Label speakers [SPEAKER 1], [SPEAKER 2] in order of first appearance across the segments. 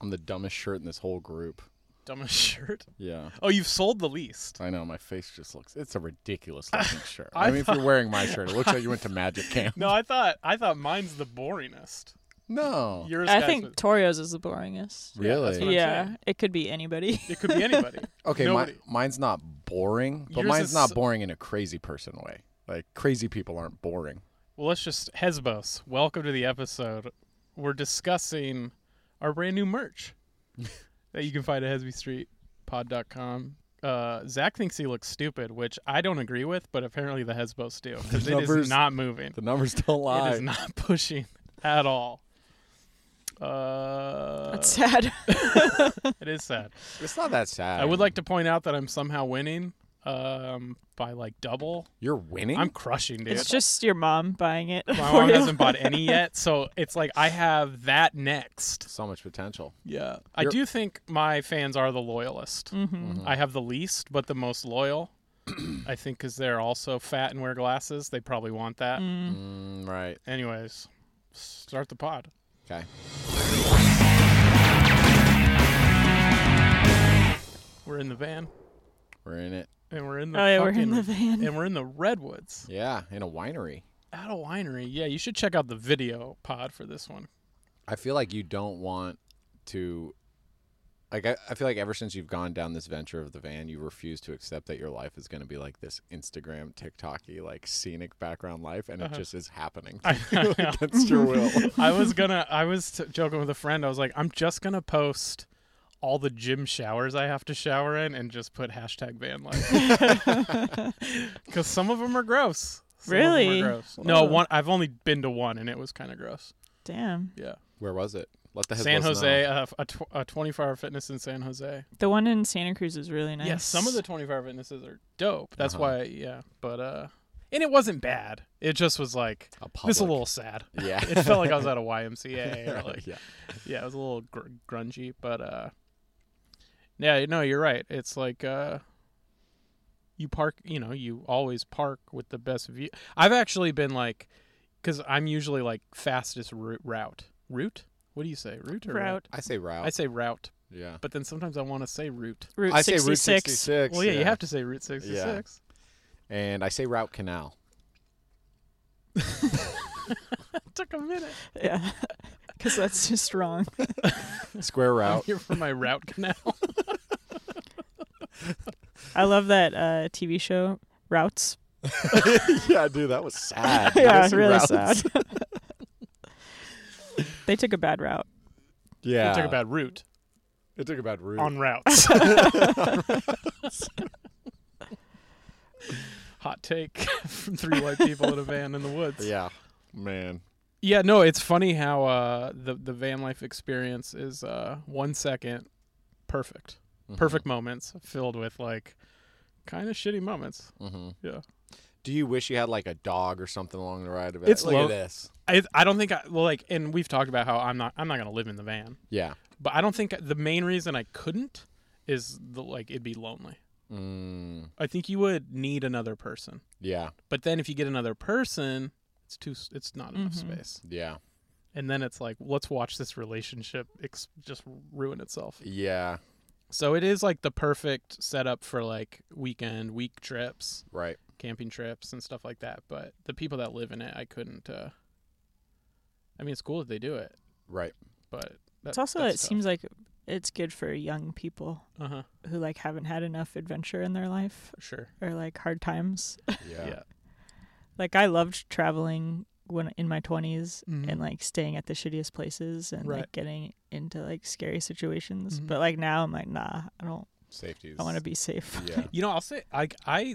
[SPEAKER 1] I'm the dumbest shirt in this whole group.
[SPEAKER 2] Dumbest shirt.
[SPEAKER 1] Yeah.
[SPEAKER 2] Oh, you've sold the least.
[SPEAKER 1] I know my face just looks. It's a ridiculous looking shirt. I, mean, if you're wearing my shirt, it looks like you went to magic camp.
[SPEAKER 2] No, I thought I thought mine's the boringest.
[SPEAKER 1] No,
[SPEAKER 2] Yours,
[SPEAKER 3] I
[SPEAKER 2] guys,
[SPEAKER 3] think
[SPEAKER 2] was-
[SPEAKER 3] Torio's is the boringest.
[SPEAKER 2] Yeah, that's what
[SPEAKER 1] really.
[SPEAKER 2] I'm
[SPEAKER 3] Yeah,
[SPEAKER 2] saying.
[SPEAKER 3] it could be anybody.
[SPEAKER 2] it could be anybody.
[SPEAKER 1] Okay, my,
[SPEAKER 2] Nobody.
[SPEAKER 1] mine's not boring, but
[SPEAKER 2] Yours
[SPEAKER 1] mine's
[SPEAKER 2] is
[SPEAKER 1] not
[SPEAKER 2] so-
[SPEAKER 1] boring in a crazy person way. Like crazy people aren't boring.
[SPEAKER 2] Well, let's just Hesbos. Welcome to the episode. We're discussing our brand new merch that you can find at HesbyStreetPod.com. Uh, Zach thinks he looks stupid, which I don't agree with, but apparently the Hesbos do. 'cause
[SPEAKER 1] The
[SPEAKER 2] it
[SPEAKER 1] numbers-
[SPEAKER 2] is not moving.
[SPEAKER 1] The numbers don't lie.
[SPEAKER 2] It is not pushing at all. Uh,
[SPEAKER 3] That's sad.
[SPEAKER 2] it is sad.
[SPEAKER 1] It's not that sad.
[SPEAKER 2] I would like to point out that I'm somehow winning um, by like double.
[SPEAKER 1] You're winning.
[SPEAKER 2] I'm crushing, dude.
[SPEAKER 3] it's just your mom buying it.
[SPEAKER 2] My
[SPEAKER 3] for
[SPEAKER 2] mom
[SPEAKER 3] you.
[SPEAKER 2] hasn't bought any yet, so it's like I have that next.
[SPEAKER 1] so much potential.
[SPEAKER 2] Yeah. I
[SPEAKER 1] You're-
[SPEAKER 2] do think my fans are the loyalist.
[SPEAKER 3] Mhm.
[SPEAKER 2] I have the least, but the most loyal. I think because they're also fat and wear glasses. They probably want that.
[SPEAKER 3] Mm.
[SPEAKER 1] Mm, right.
[SPEAKER 2] Anyways, start the pod.
[SPEAKER 1] Okay.
[SPEAKER 2] We're in the van,
[SPEAKER 1] We're in it.
[SPEAKER 2] and we're in the
[SPEAKER 3] Oh yeah, we're in
[SPEAKER 2] fucking-
[SPEAKER 3] the van.
[SPEAKER 2] and we're in the redwoods
[SPEAKER 1] Yeah, in a winery.
[SPEAKER 2] at a winery. Yeah, you should check out the video pod for this one.
[SPEAKER 1] I feel like you don't want to. Like I, I feel like ever since you've gone down this venture of the van, you refuse to accept that your life is going to be like this Instagram, TikToky, like scenic background life, and it just is happening
[SPEAKER 2] Uh-huh. I know.
[SPEAKER 1] against your will.
[SPEAKER 2] I was gonna. I was t- joking with a friend. I was like, I'm just gonna post all the gym showers I have to shower in and just put hashtag van life because some of them are gross. Some of 'em are
[SPEAKER 3] Really?
[SPEAKER 2] gross. No,
[SPEAKER 3] Whoa.
[SPEAKER 2] one. I've only been to one, and it was kind of gross.
[SPEAKER 3] Damn,
[SPEAKER 2] Yeah,
[SPEAKER 1] Where was it? Let the heads
[SPEAKER 2] San
[SPEAKER 1] listen
[SPEAKER 2] Jose,
[SPEAKER 1] out.
[SPEAKER 2] uh, a, tw- a 24-hour fitness in San Jose.
[SPEAKER 3] the one in Santa Cruz is really nice.
[SPEAKER 2] Yeah, some of the 24-hour fitnesses are dope. That's
[SPEAKER 1] Uh-huh.
[SPEAKER 2] why. Yeah, but uh, and it wasn't bad. It just was like
[SPEAKER 1] A
[SPEAKER 2] this
[SPEAKER 1] public-
[SPEAKER 2] is a little sad.
[SPEAKER 1] Yeah.
[SPEAKER 2] It felt like I was at a YMCA or
[SPEAKER 1] Right,
[SPEAKER 2] like
[SPEAKER 1] yeah.
[SPEAKER 2] yeah, it was a little gr- grungy, but uh, yeah, no, you're right. It's like uh, you park, you know, you always park with the best view. I've actually been like, because I'm usually like fastest route, route, route. What do you say, route or
[SPEAKER 3] route.
[SPEAKER 1] I say route.
[SPEAKER 2] I say route,
[SPEAKER 1] yeah.
[SPEAKER 2] but then sometimes I want to say route.
[SPEAKER 3] Route
[SPEAKER 1] I say
[SPEAKER 3] sixty
[SPEAKER 1] Route
[SPEAKER 3] six.
[SPEAKER 1] 66.
[SPEAKER 2] Well, yeah, you have to say Route 66.
[SPEAKER 1] And I say route canal.
[SPEAKER 2] Took a minute.
[SPEAKER 3] Yeah, because that's just wrong.
[SPEAKER 1] Square
[SPEAKER 2] I'm
[SPEAKER 1] route.
[SPEAKER 2] here for my route canal.
[SPEAKER 3] I love that uh, TV show Routes.
[SPEAKER 1] yeah, dude, that was sad.
[SPEAKER 3] yeah,
[SPEAKER 1] That's
[SPEAKER 3] really
[SPEAKER 1] routes.
[SPEAKER 3] sad. they took a bad route.
[SPEAKER 1] Yeah.
[SPEAKER 2] It took a bad route
[SPEAKER 1] It took a bad route.
[SPEAKER 2] on routes. Hot take from three white people in a van in the woods.
[SPEAKER 1] yeah. Man.
[SPEAKER 2] Yeah, no, it's funny how uh, the the van life experience is uh, one second perfect,
[SPEAKER 1] Mm-hmm,
[SPEAKER 2] perfect moments filled with like kind of shitty moments.
[SPEAKER 1] Mm-hmm.
[SPEAKER 2] Yeah.
[SPEAKER 1] Do you wish you had like a dog or something along the ride of it?
[SPEAKER 2] It's
[SPEAKER 1] Look
[SPEAKER 2] lo-
[SPEAKER 1] at this.
[SPEAKER 2] I I don't think I well like, and we've talked about how I'm not I'm not gonna live in the van,
[SPEAKER 1] Yeah.
[SPEAKER 2] but I don't think the main reason I couldn't is the like it'd be lonely.
[SPEAKER 1] Mm,
[SPEAKER 2] I think you would need another person,
[SPEAKER 1] yeah.
[SPEAKER 2] but then if you get another person, it's too s- it's not enough
[SPEAKER 3] Mhm.
[SPEAKER 2] space,
[SPEAKER 1] Yeah.
[SPEAKER 2] and then it's like let's watch this relationship ex- just ruin itself.
[SPEAKER 1] Yeah.
[SPEAKER 2] So it is like the perfect setup for like weekend, week trips,
[SPEAKER 1] Right.
[SPEAKER 2] camping trips, and stuff like that. But the people that live in it, I couldn't. Uh, I mean, it's cool that they do it,
[SPEAKER 1] Right.
[SPEAKER 2] but that,
[SPEAKER 3] It's also it seems like it's good for young people
[SPEAKER 2] uh huh
[SPEAKER 3] who like haven't had enough adventure in their life
[SPEAKER 2] for sure.
[SPEAKER 3] or like hard times.
[SPEAKER 1] Yeah.
[SPEAKER 2] Yeah.
[SPEAKER 3] like I loved traveling when in my 20s
[SPEAKER 2] Mhm.
[SPEAKER 3] and like staying at the shittiest places and
[SPEAKER 2] Right.
[SPEAKER 3] like getting into like scary situations.
[SPEAKER 2] Mhm.
[SPEAKER 3] But like now I'm like nah, I don't
[SPEAKER 1] Safety. Is,
[SPEAKER 3] I want to be safe.
[SPEAKER 1] Yeah.
[SPEAKER 2] You know, I'll say I I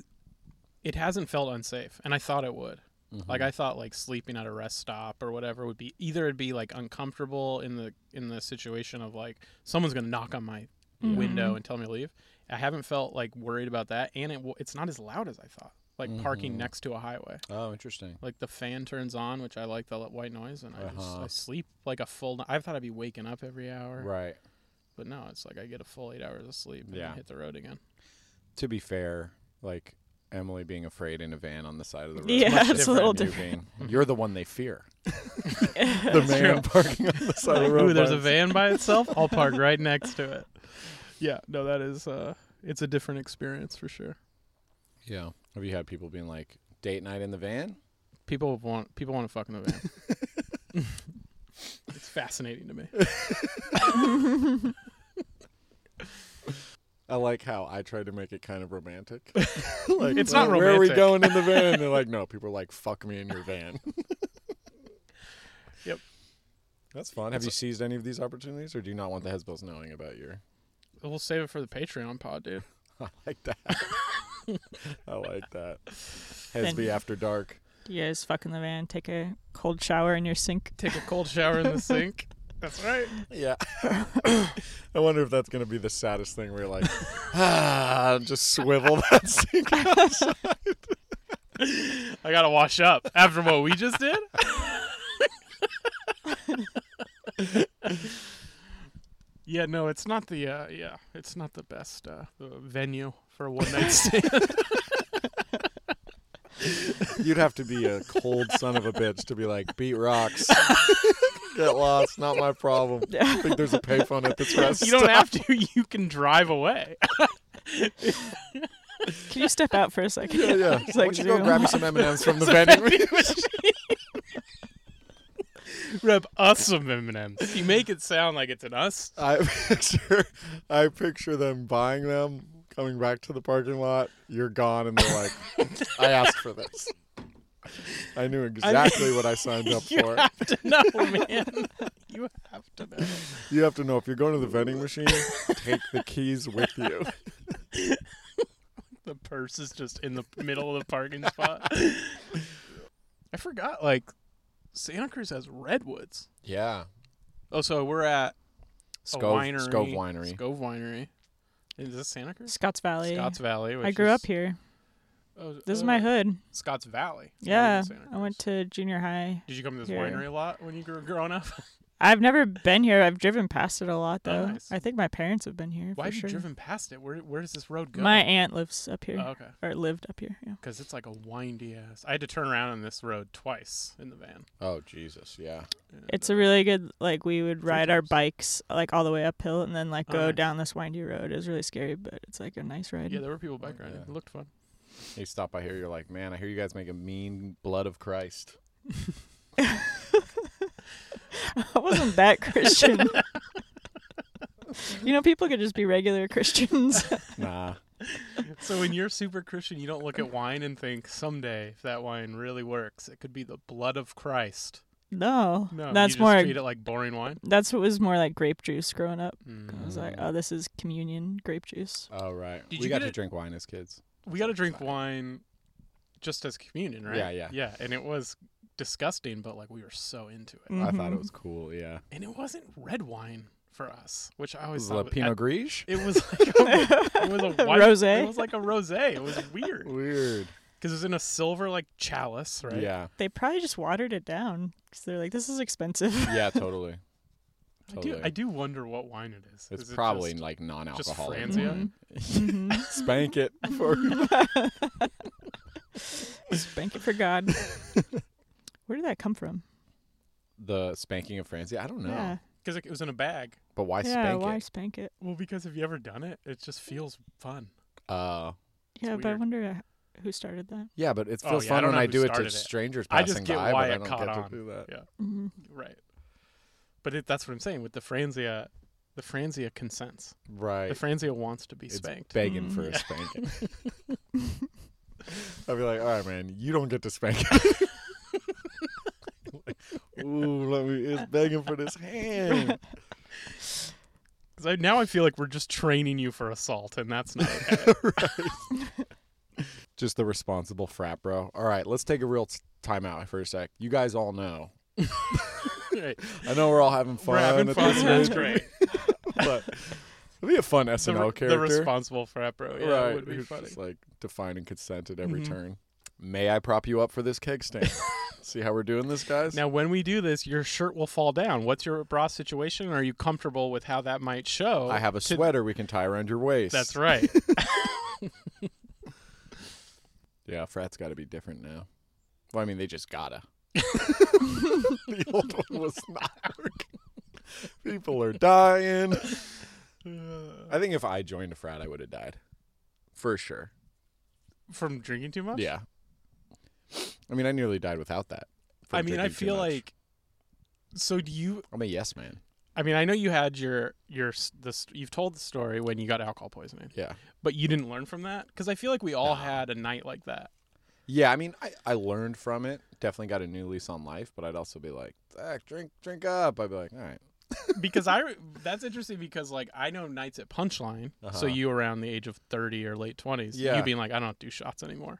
[SPEAKER 2] it hasn't felt unsafe, and I thought it would.
[SPEAKER 1] Mm.
[SPEAKER 2] Like I thought like sleeping at a rest stop or whatever would be either it'd be like uncomfortable in the in the situation of like someone's gonna knock on my
[SPEAKER 1] Mm-hmm.
[SPEAKER 3] Mhm.
[SPEAKER 2] window and tell me to leave. I haven't felt like worried about that, and it w- it's not as loud as I thought. Like parking
[SPEAKER 1] Mhm.
[SPEAKER 2] next to a highway,
[SPEAKER 1] Oh, interesting.
[SPEAKER 2] like the fan turns on, which I like the li- white noise, and I just
[SPEAKER 1] Uh-huh.
[SPEAKER 2] I sleep like a full. n- I thought I'd be waking up every hour,
[SPEAKER 1] Right.
[SPEAKER 2] but no, it's like I get a full eight hours of sleep and
[SPEAKER 1] Yeah.
[SPEAKER 2] hit the road again.
[SPEAKER 1] To be fair, like Emily being afraid in a van on the side of the road.
[SPEAKER 3] Yeah,
[SPEAKER 2] much
[SPEAKER 3] it's a little
[SPEAKER 1] And you
[SPEAKER 3] different.
[SPEAKER 1] being- You're the one they fear. the man parking on the side of the
[SPEAKER 2] Like,
[SPEAKER 1] road.
[SPEAKER 2] Ooh, there's
[SPEAKER 1] by
[SPEAKER 2] a
[SPEAKER 1] himself."
[SPEAKER 2] van by itself. I'll park right next to it. Yeah, no, that is uh, it's a different experience for sure.
[SPEAKER 1] Yeah. Have you had people being like, date night in the van?
[SPEAKER 2] People want people want to fuck in the van. it's fascinating to me.
[SPEAKER 1] I like how I tried to make it kind of romantic. like,
[SPEAKER 2] It's
[SPEAKER 1] "Where-
[SPEAKER 2] not
[SPEAKER 1] Where are we
[SPEAKER 2] romantic."
[SPEAKER 1] going in the van? And they're like, no, people are like, fuck me in your van.
[SPEAKER 2] Yep.
[SPEAKER 1] That's fun. Have you seized any of these opportunities, or do you not want the Hezbolls knowing about your?
[SPEAKER 2] We'll save it for the Patreon pod, dude.
[SPEAKER 1] I like that. I like that.
[SPEAKER 3] Then-
[SPEAKER 1] Hezby after dark.
[SPEAKER 3] You guys fuck in the van, take a cold shower in your sink.
[SPEAKER 2] Take a cold shower in the sink. That's right.
[SPEAKER 1] Yeah. I wonder if that's going to be the saddest thing where you're like, ah, just swivel that sink.
[SPEAKER 2] I gotta wash up after what we just did. yeah, no, it's not the uh, yeah, it's not the best uh, uh, venue for a one night stand.
[SPEAKER 1] You'd have to be a cold son of a bitch to be like, beat rocks. Get lost. Not my problem. I think there's a payphone at this rest.
[SPEAKER 2] you don't have to. You can drive away.
[SPEAKER 3] Can you step out for a second?
[SPEAKER 1] Yeah, yeah.
[SPEAKER 3] It's
[SPEAKER 1] Why
[SPEAKER 3] like
[SPEAKER 1] don't you go
[SPEAKER 3] zoom.
[SPEAKER 1] grab me some M&Ms from the vending
[SPEAKER 2] Rep us some M and M's. You make it sound like it's an us.
[SPEAKER 1] I picture, I picture them buying them, coming back to the parking lot. You're gone, and they're like, "I asked for this. I knew exactly what I signed up
[SPEAKER 2] You
[SPEAKER 1] for."
[SPEAKER 2] have to know, man. You have to know.
[SPEAKER 1] You have to know if you're going to the vending machine, take the keys with you.
[SPEAKER 2] The purse is just in the middle of the parking spot. I forgot. Like Santa Cruz has redwoods.
[SPEAKER 1] Yeah,
[SPEAKER 2] Oh, so we're at a winery.
[SPEAKER 1] Scove Winery.
[SPEAKER 2] Scove Winery. Is this Santa Cruz?
[SPEAKER 3] Scotts Valley.
[SPEAKER 2] Scotts Valley.
[SPEAKER 3] I
[SPEAKER 2] which
[SPEAKER 3] grew
[SPEAKER 2] is-
[SPEAKER 3] up here.
[SPEAKER 2] Oh,
[SPEAKER 3] This is
[SPEAKER 2] oh,
[SPEAKER 3] my hood.
[SPEAKER 2] Scotts Valley. It's not
[SPEAKER 3] Yeah,
[SPEAKER 2] even Santa
[SPEAKER 3] I went
[SPEAKER 2] Cruz.
[SPEAKER 3] to junior high.
[SPEAKER 2] Did you come to this
[SPEAKER 3] here.
[SPEAKER 2] winery a lot when you grew growing up?
[SPEAKER 3] I've never been here. I've driven past it a lot
[SPEAKER 2] Oh,
[SPEAKER 3] though.
[SPEAKER 2] nice.
[SPEAKER 3] I think my parents have been here
[SPEAKER 2] Why
[SPEAKER 3] for
[SPEAKER 2] have you
[SPEAKER 3] sure.
[SPEAKER 2] driven past it? Where Where does this road go?
[SPEAKER 3] my aunt lives up here
[SPEAKER 2] Oh, okay.
[SPEAKER 3] or lived up here. Yeah.
[SPEAKER 2] Because it's like a windy ass. I had to turn around on this road twice in the van.
[SPEAKER 1] Oh Jesus, yeah.
[SPEAKER 2] And,
[SPEAKER 3] It's
[SPEAKER 2] uh,
[SPEAKER 3] a really good like we would ride our
[SPEAKER 2] times.
[SPEAKER 3] bikes like all the way uphill and then like
[SPEAKER 2] Oh,
[SPEAKER 3] go
[SPEAKER 2] nice.
[SPEAKER 3] down this windy road. It was really scary, but it's like a nice ride.
[SPEAKER 2] yeah. There were people bike riding.
[SPEAKER 1] yeah.
[SPEAKER 2] It looked fun.
[SPEAKER 1] You stop by here, you're like, "Man, I hear you guys make a mean blood of Christ."
[SPEAKER 3] I wasn't that Christian. you know, people could just be regular Christians.
[SPEAKER 1] Nah,
[SPEAKER 2] so when you're super Christian, you don't look at wine and think someday if that wine really works, it could be the blood of Christ.
[SPEAKER 3] no,
[SPEAKER 2] No,
[SPEAKER 3] that's
[SPEAKER 2] you just
[SPEAKER 3] more.
[SPEAKER 2] treat it like boring wine.
[SPEAKER 3] That's what was more like grape juice growing up.
[SPEAKER 2] Mm.
[SPEAKER 3] I was like,
[SPEAKER 1] Mm.
[SPEAKER 3] oh, this is communion grape juice.
[SPEAKER 1] oh right.
[SPEAKER 2] Did
[SPEAKER 1] we
[SPEAKER 2] you
[SPEAKER 1] got
[SPEAKER 2] get
[SPEAKER 1] to
[SPEAKER 2] it-
[SPEAKER 1] drink wine as kids.
[SPEAKER 2] we got to drink wine just as communion, right?
[SPEAKER 1] Yeah, yeah.
[SPEAKER 2] Yeah, and it was disgusting, but like we were so into it.
[SPEAKER 1] I thought
[SPEAKER 3] Mhm.
[SPEAKER 1] it was cool. Yeah,
[SPEAKER 2] And it wasn't red wine for us, which I always
[SPEAKER 1] was
[SPEAKER 2] thought
[SPEAKER 1] it Pinot Grigge?
[SPEAKER 2] It was like a, it was a white,
[SPEAKER 3] Rosé?
[SPEAKER 2] It was like a rosé. It was weird
[SPEAKER 1] Weird.
[SPEAKER 2] because it was in a silver like chalice, right?
[SPEAKER 1] Yeah,
[SPEAKER 3] They probably just watered it down because they're like, this is expensive.
[SPEAKER 1] yeah, totally.
[SPEAKER 2] I do.
[SPEAKER 1] Totally.
[SPEAKER 2] I do wonder what wine it is.
[SPEAKER 1] It's
[SPEAKER 2] Is it
[SPEAKER 1] probably
[SPEAKER 2] just-
[SPEAKER 1] like non-alcoholic.
[SPEAKER 2] Franzia?
[SPEAKER 1] wine.
[SPEAKER 2] Mm-hmm.
[SPEAKER 3] Mhm.
[SPEAKER 1] Spank it before you-
[SPEAKER 3] Spank it for God. Where did that come from?
[SPEAKER 1] the spanking of Francie. I don't know,
[SPEAKER 3] Yeah,
[SPEAKER 2] because like, it was in a bag.
[SPEAKER 1] but why
[SPEAKER 3] yeah.
[SPEAKER 1] spank
[SPEAKER 3] why
[SPEAKER 1] it?
[SPEAKER 3] spank it?
[SPEAKER 2] Well, because have you ever done it? It just feels fun.
[SPEAKER 1] Uh,
[SPEAKER 3] Yeah, but I
[SPEAKER 2] weird.
[SPEAKER 3] wonder uh, who started that.
[SPEAKER 1] yeah, but it
[SPEAKER 2] Oh,
[SPEAKER 1] feels
[SPEAKER 2] yeah, I
[SPEAKER 1] fun
[SPEAKER 2] don't
[SPEAKER 1] when
[SPEAKER 2] know
[SPEAKER 1] I
[SPEAKER 2] who
[SPEAKER 1] do it to
[SPEAKER 2] started it.
[SPEAKER 1] strangers
[SPEAKER 2] I
[SPEAKER 1] passing
[SPEAKER 2] just get
[SPEAKER 1] by,
[SPEAKER 2] why
[SPEAKER 1] but
[SPEAKER 2] it
[SPEAKER 1] I don't
[SPEAKER 2] caught
[SPEAKER 1] get to
[SPEAKER 2] on.
[SPEAKER 1] do that.
[SPEAKER 2] Yeah.
[SPEAKER 3] Mhm.
[SPEAKER 2] Right. But it, that's what I'm saying with the Franzia. The Franzia consents. The
[SPEAKER 1] Right,
[SPEAKER 2] Franzia wants to be
[SPEAKER 1] it's
[SPEAKER 2] spanked.
[SPEAKER 1] begging
[SPEAKER 3] Mm.
[SPEAKER 1] for a
[SPEAKER 2] Yeah.
[SPEAKER 1] spanking. I'd be like, all right, man, you don't get to spank it. Like, Ooh, let me, it's begging for this hand.
[SPEAKER 2] Because I, now I feel like we're just training you for assault, and that's not okay.
[SPEAKER 1] just the responsible frat bro. All right, let's take a real t- time out for a sec. You guys all know.
[SPEAKER 2] Right.
[SPEAKER 1] I know we're all having fun.
[SPEAKER 2] We're having
[SPEAKER 1] at
[SPEAKER 2] fun.
[SPEAKER 1] this
[SPEAKER 2] That's
[SPEAKER 1] rate,
[SPEAKER 2] great.
[SPEAKER 1] But it'd be a fun
[SPEAKER 2] The,
[SPEAKER 1] SNL
[SPEAKER 2] re-
[SPEAKER 1] character.
[SPEAKER 2] the responsible frat bro. Yeah,
[SPEAKER 1] right.
[SPEAKER 2] it would be
[SPEAKER 1] who's
[SPEAKER 2] funny.
[SPEAKER 1] Just, like defining consent at every
[SPEAKER 2] Mhm.
[SPEAKER 1] turn. May I prop you up for this keg stand? See how we're doing this, guys?
[SPEAKER 2] Now, when we do this, your shirt will fall down. What's your bra situation? Are you comfortable with how that might show?
[SPEAKER 1] I have a
[SPEAKER 2] to-
[SPEAKER 1] sweater we can tie around your waist.
[SPEAKER 2] That's right.
[SPEAKER 1] Yeah, frat's got to be different now. Well, I mean, they just gotta. the old one was not working. People are dying. I think if I joined a frat, I would have died, for sure.
[SPEAKER 2] From drinking too much?
[SPEAKER 1] Yeah. I mean, I nearly died without that. from
[SPEAKER 2] I mean, I
[SPEAKER 1] drinking too
[SPEAKER 2] feel
[SPEAKER 1] much.
[SPEAKER 2] like. So do you?
[SPEAKER 1] I'm a yes man.
[SPEAKER 2] I mean, I know you had your your s- this. You've told the story when you got alcohol poisoning,
[SPEAKER 1] Yeah.
[SPEAKER 2] but you didn't learn from that because I feel like we
[SPEAKER 1] No.
[SPEAKER 2] all had a night like that.
[SPEAKER 1] Yeah, I mean, I, I learned from it. Definitely got a new lease on life, but I'd also be like, Zach, drink, drink up. I'd be like, all right.
[SPEAKER 2] because I that's interesting because like I know nights at Punchline,
[SPEAKER 1] Uh-huh.
[SPEAKER 2] so you around the age of thirty or late twenties,
[SPEAKER 1] Yeah.
[SPEAKER 2] you being like I don't do shots anymore,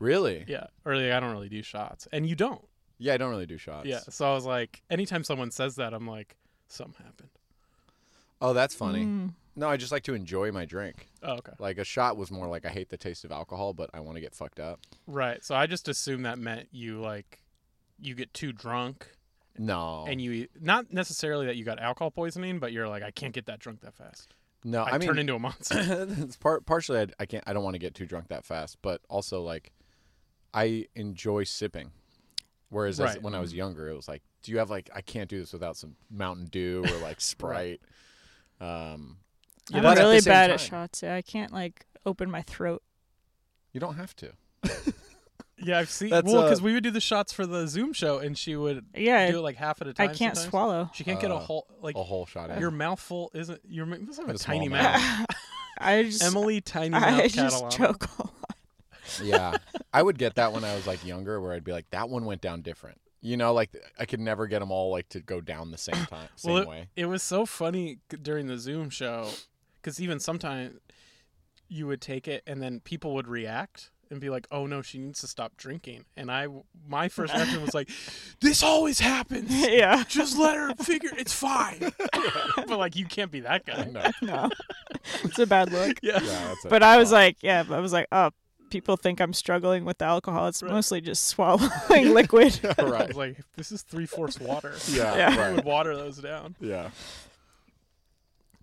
[SPEAKER 1] Really?
[SPEAKER 2] yeah, or like, I don't really do shots, and you don't,
[SPEAKER 1] Yeah, I don't really do shots.
[SPEAKER 2] yeah. So I was like, anytime someone says that, I'm like, something happened.
[SPEAKER 1] Oh, that's funny.
[SPEAKER 3] Mm.
[SPEAKER 1] No, I just like to enjoy my drink.
[SPEAKER 2] Oh, okay,
[SPEAKER 1] Like a shot was more like I hate the taste of alcohol, but I want to get fucked up.
[SPEAKER 2] right. So I just assumed that meant you like you get too drunk
[SPEAKER 1] No.
[SPEAKER 2] and you e, not necessarily that you got alcohol poisoning, but you're like I can't get that drunk that fast.
[SPEAKER 1] no,
[SPEAKER 2] I,
[SPEAKER 1] I, mean,
[SPEAKER 2] turn into a monster.
[SPEAKER 1] it's part partially I, I can't I don't want to get too drunk that fast, but also like I enjoy sipping. Whereas as,
[SPEAKER 2] Right.
[SPEAKER 1] when I was younger, it was like, do you have like I can't do this without some Mountain Dew or like Sprite. Um,
[SPEAKER 2] Yeah,
[SPEAKER 3] I'm
[SPEAKER 1] but at the
[SPEAKER 3] really
[SPEAKER 1] same
[SPEAKER 3] bad at
[SPEAKER 1] time-
[SPEAKER 3] shots. Yeah, I can't like open my throat.
[SPEAKER 1] You don't have to.
[SPEAKER 2] yeah, I've seen. Well,
[SPEAKER 1] That's,
[SPEAKER 2] 'cause
[SPEAKER 1] uh,
[SPEAKER 2] because we would do the shots for the Zoom show, and she would
[SPEAKER 3] Yeah,
[SPEAKER 2] do it like half at a time.
[SPEAKER 3] I can't
[SPEAKER 2] sometimes.
[SPEAKER 3] swallow.
[SPEAKER 2] She can't get a
[SPEAKER 1] Uh,
[SPEAKER 2] whole like
[SPEAKER 1] A whole shot. in.
[SPEAKER 2] your mouthful isn't your mou- you must have a
[SPEAKER 1] It's a
[SPEAKER 2] tiny
[SPEAKER 1] small
[SPEAKER 2] mouth.
[SPEAKER 3] I just
[SPEAKER 2] Emily tiny mouth
[SPEAKER 3] I just
[SPEAKER 2] Catalana.
[SPEAKER 3] choke a lot.
[SPEAKER 1] yeah. I would get that when I was like younger, where I'd be like, that one went down different. You know, like I could never get them all like to go down the same time, same
[SPEAKER 2] Well,
[SPEAKER 1] way.
[SPEAKER 2] It was so funny c- during the Zoom show because even sometimes you would take it and then people would react and be like, "Oh no, she needs to stop drinking." And I w- my first reaction was like, "This always happens.
[SPEAKER 3] yeah.
[SPEAKER 2] Just let her figure it's fine." but like you can't be that guy.
[SPEAKER 1] No,
[SPEAKER 3] No. it's a bad look.
[SPEAKER 2] Yeah.
[SPEAKER 1] yeah, that's it.
[SPEAKER 3] But I was like, yeah, I was like, oh, people think I'm struggling with alcohol. It's
[SPEAKER 2] Right.
[SPEAKER 3] mostly just swallowing liquid.
[SPEAKER 1] Yeah,
[SPEAKER 2] I
[SPEAKER 1] right.
[SPEAKER 2] was like, "This is three fourths water."
[SPEAKER 1] Yeah,
[SPEAKER 3] Yeah.
[SPEAKER 2] I
[SPEAKER 1] right.
[SPEAKER 2] would water those down.
[SPEAKER 1] Yeah.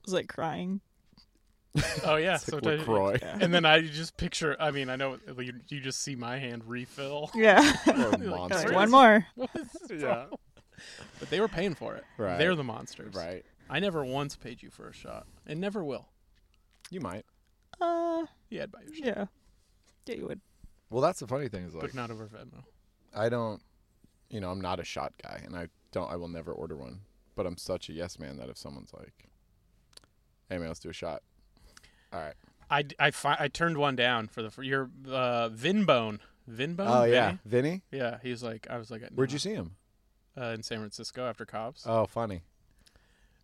[SPEAKER 3] It's like crying.
[SPEAKER 2] Oh yeah,
[SPEAKER 1] It's like
[SPEAKER 2] sometimes-
[SPEAKER 1] LaCroix
[SPEAKER 3] Yeah.
[SPEAKER 2] And then I just picture. I mean, I know you, you just see my hand refill.
[SPEAKER 3] Yeah.
[SPEAKER 1] or
[SPEAKER 2] That's
[SPEAKER 3] Like,
[SPEAKER 1] Monster.
[SPEAKER 2] right.
[SPEAKER 3] one more.
[SPEAKER 2] What is this
[SPEAKER 1] Yeah.
[SPEAKER 2] problem? But they were paying for it.
[SPEAKER 1] Right.
[SPEAKER 2] They're the monsters.
[SPEAKER 1] Right.
[SPEAKER 2] I never once paid you for a shot, and never will.
[SPEAKER 1] You might.
[SPEAKER 3] Uh,
[SPEAKER 2] Yeah, I'd buy your shot,
[SPEAKER 3] yeah. Yeah, you would.
[SPEAKER 1] Well, that's the funny thing is like
[SPEAKER 2] but not over Venmo.
[SPEAKER 1] I don't, you know, I'm not a shot guy, and I don't. I will never order one. But I'm such a yes man that if someone's like, "Hey man, let's do a shot," all right.
[SPEAKER 2] I, d- I, fi- I turned one down for the for your uh, Vinbone. Vinbone.
[SPEAKER 1] Oh yeah, Vinny.
[SPEAKER 2] Vinny? Yeah, he's like I was like.
[SPEAKER 1] Where'd you
[SPEAKER 2] nah.
[SPEAKER 1] see him?
[SPEAKER 2] Uh, in San Francisco after Cobb's.
[SPEAKER 1] Oh, funny.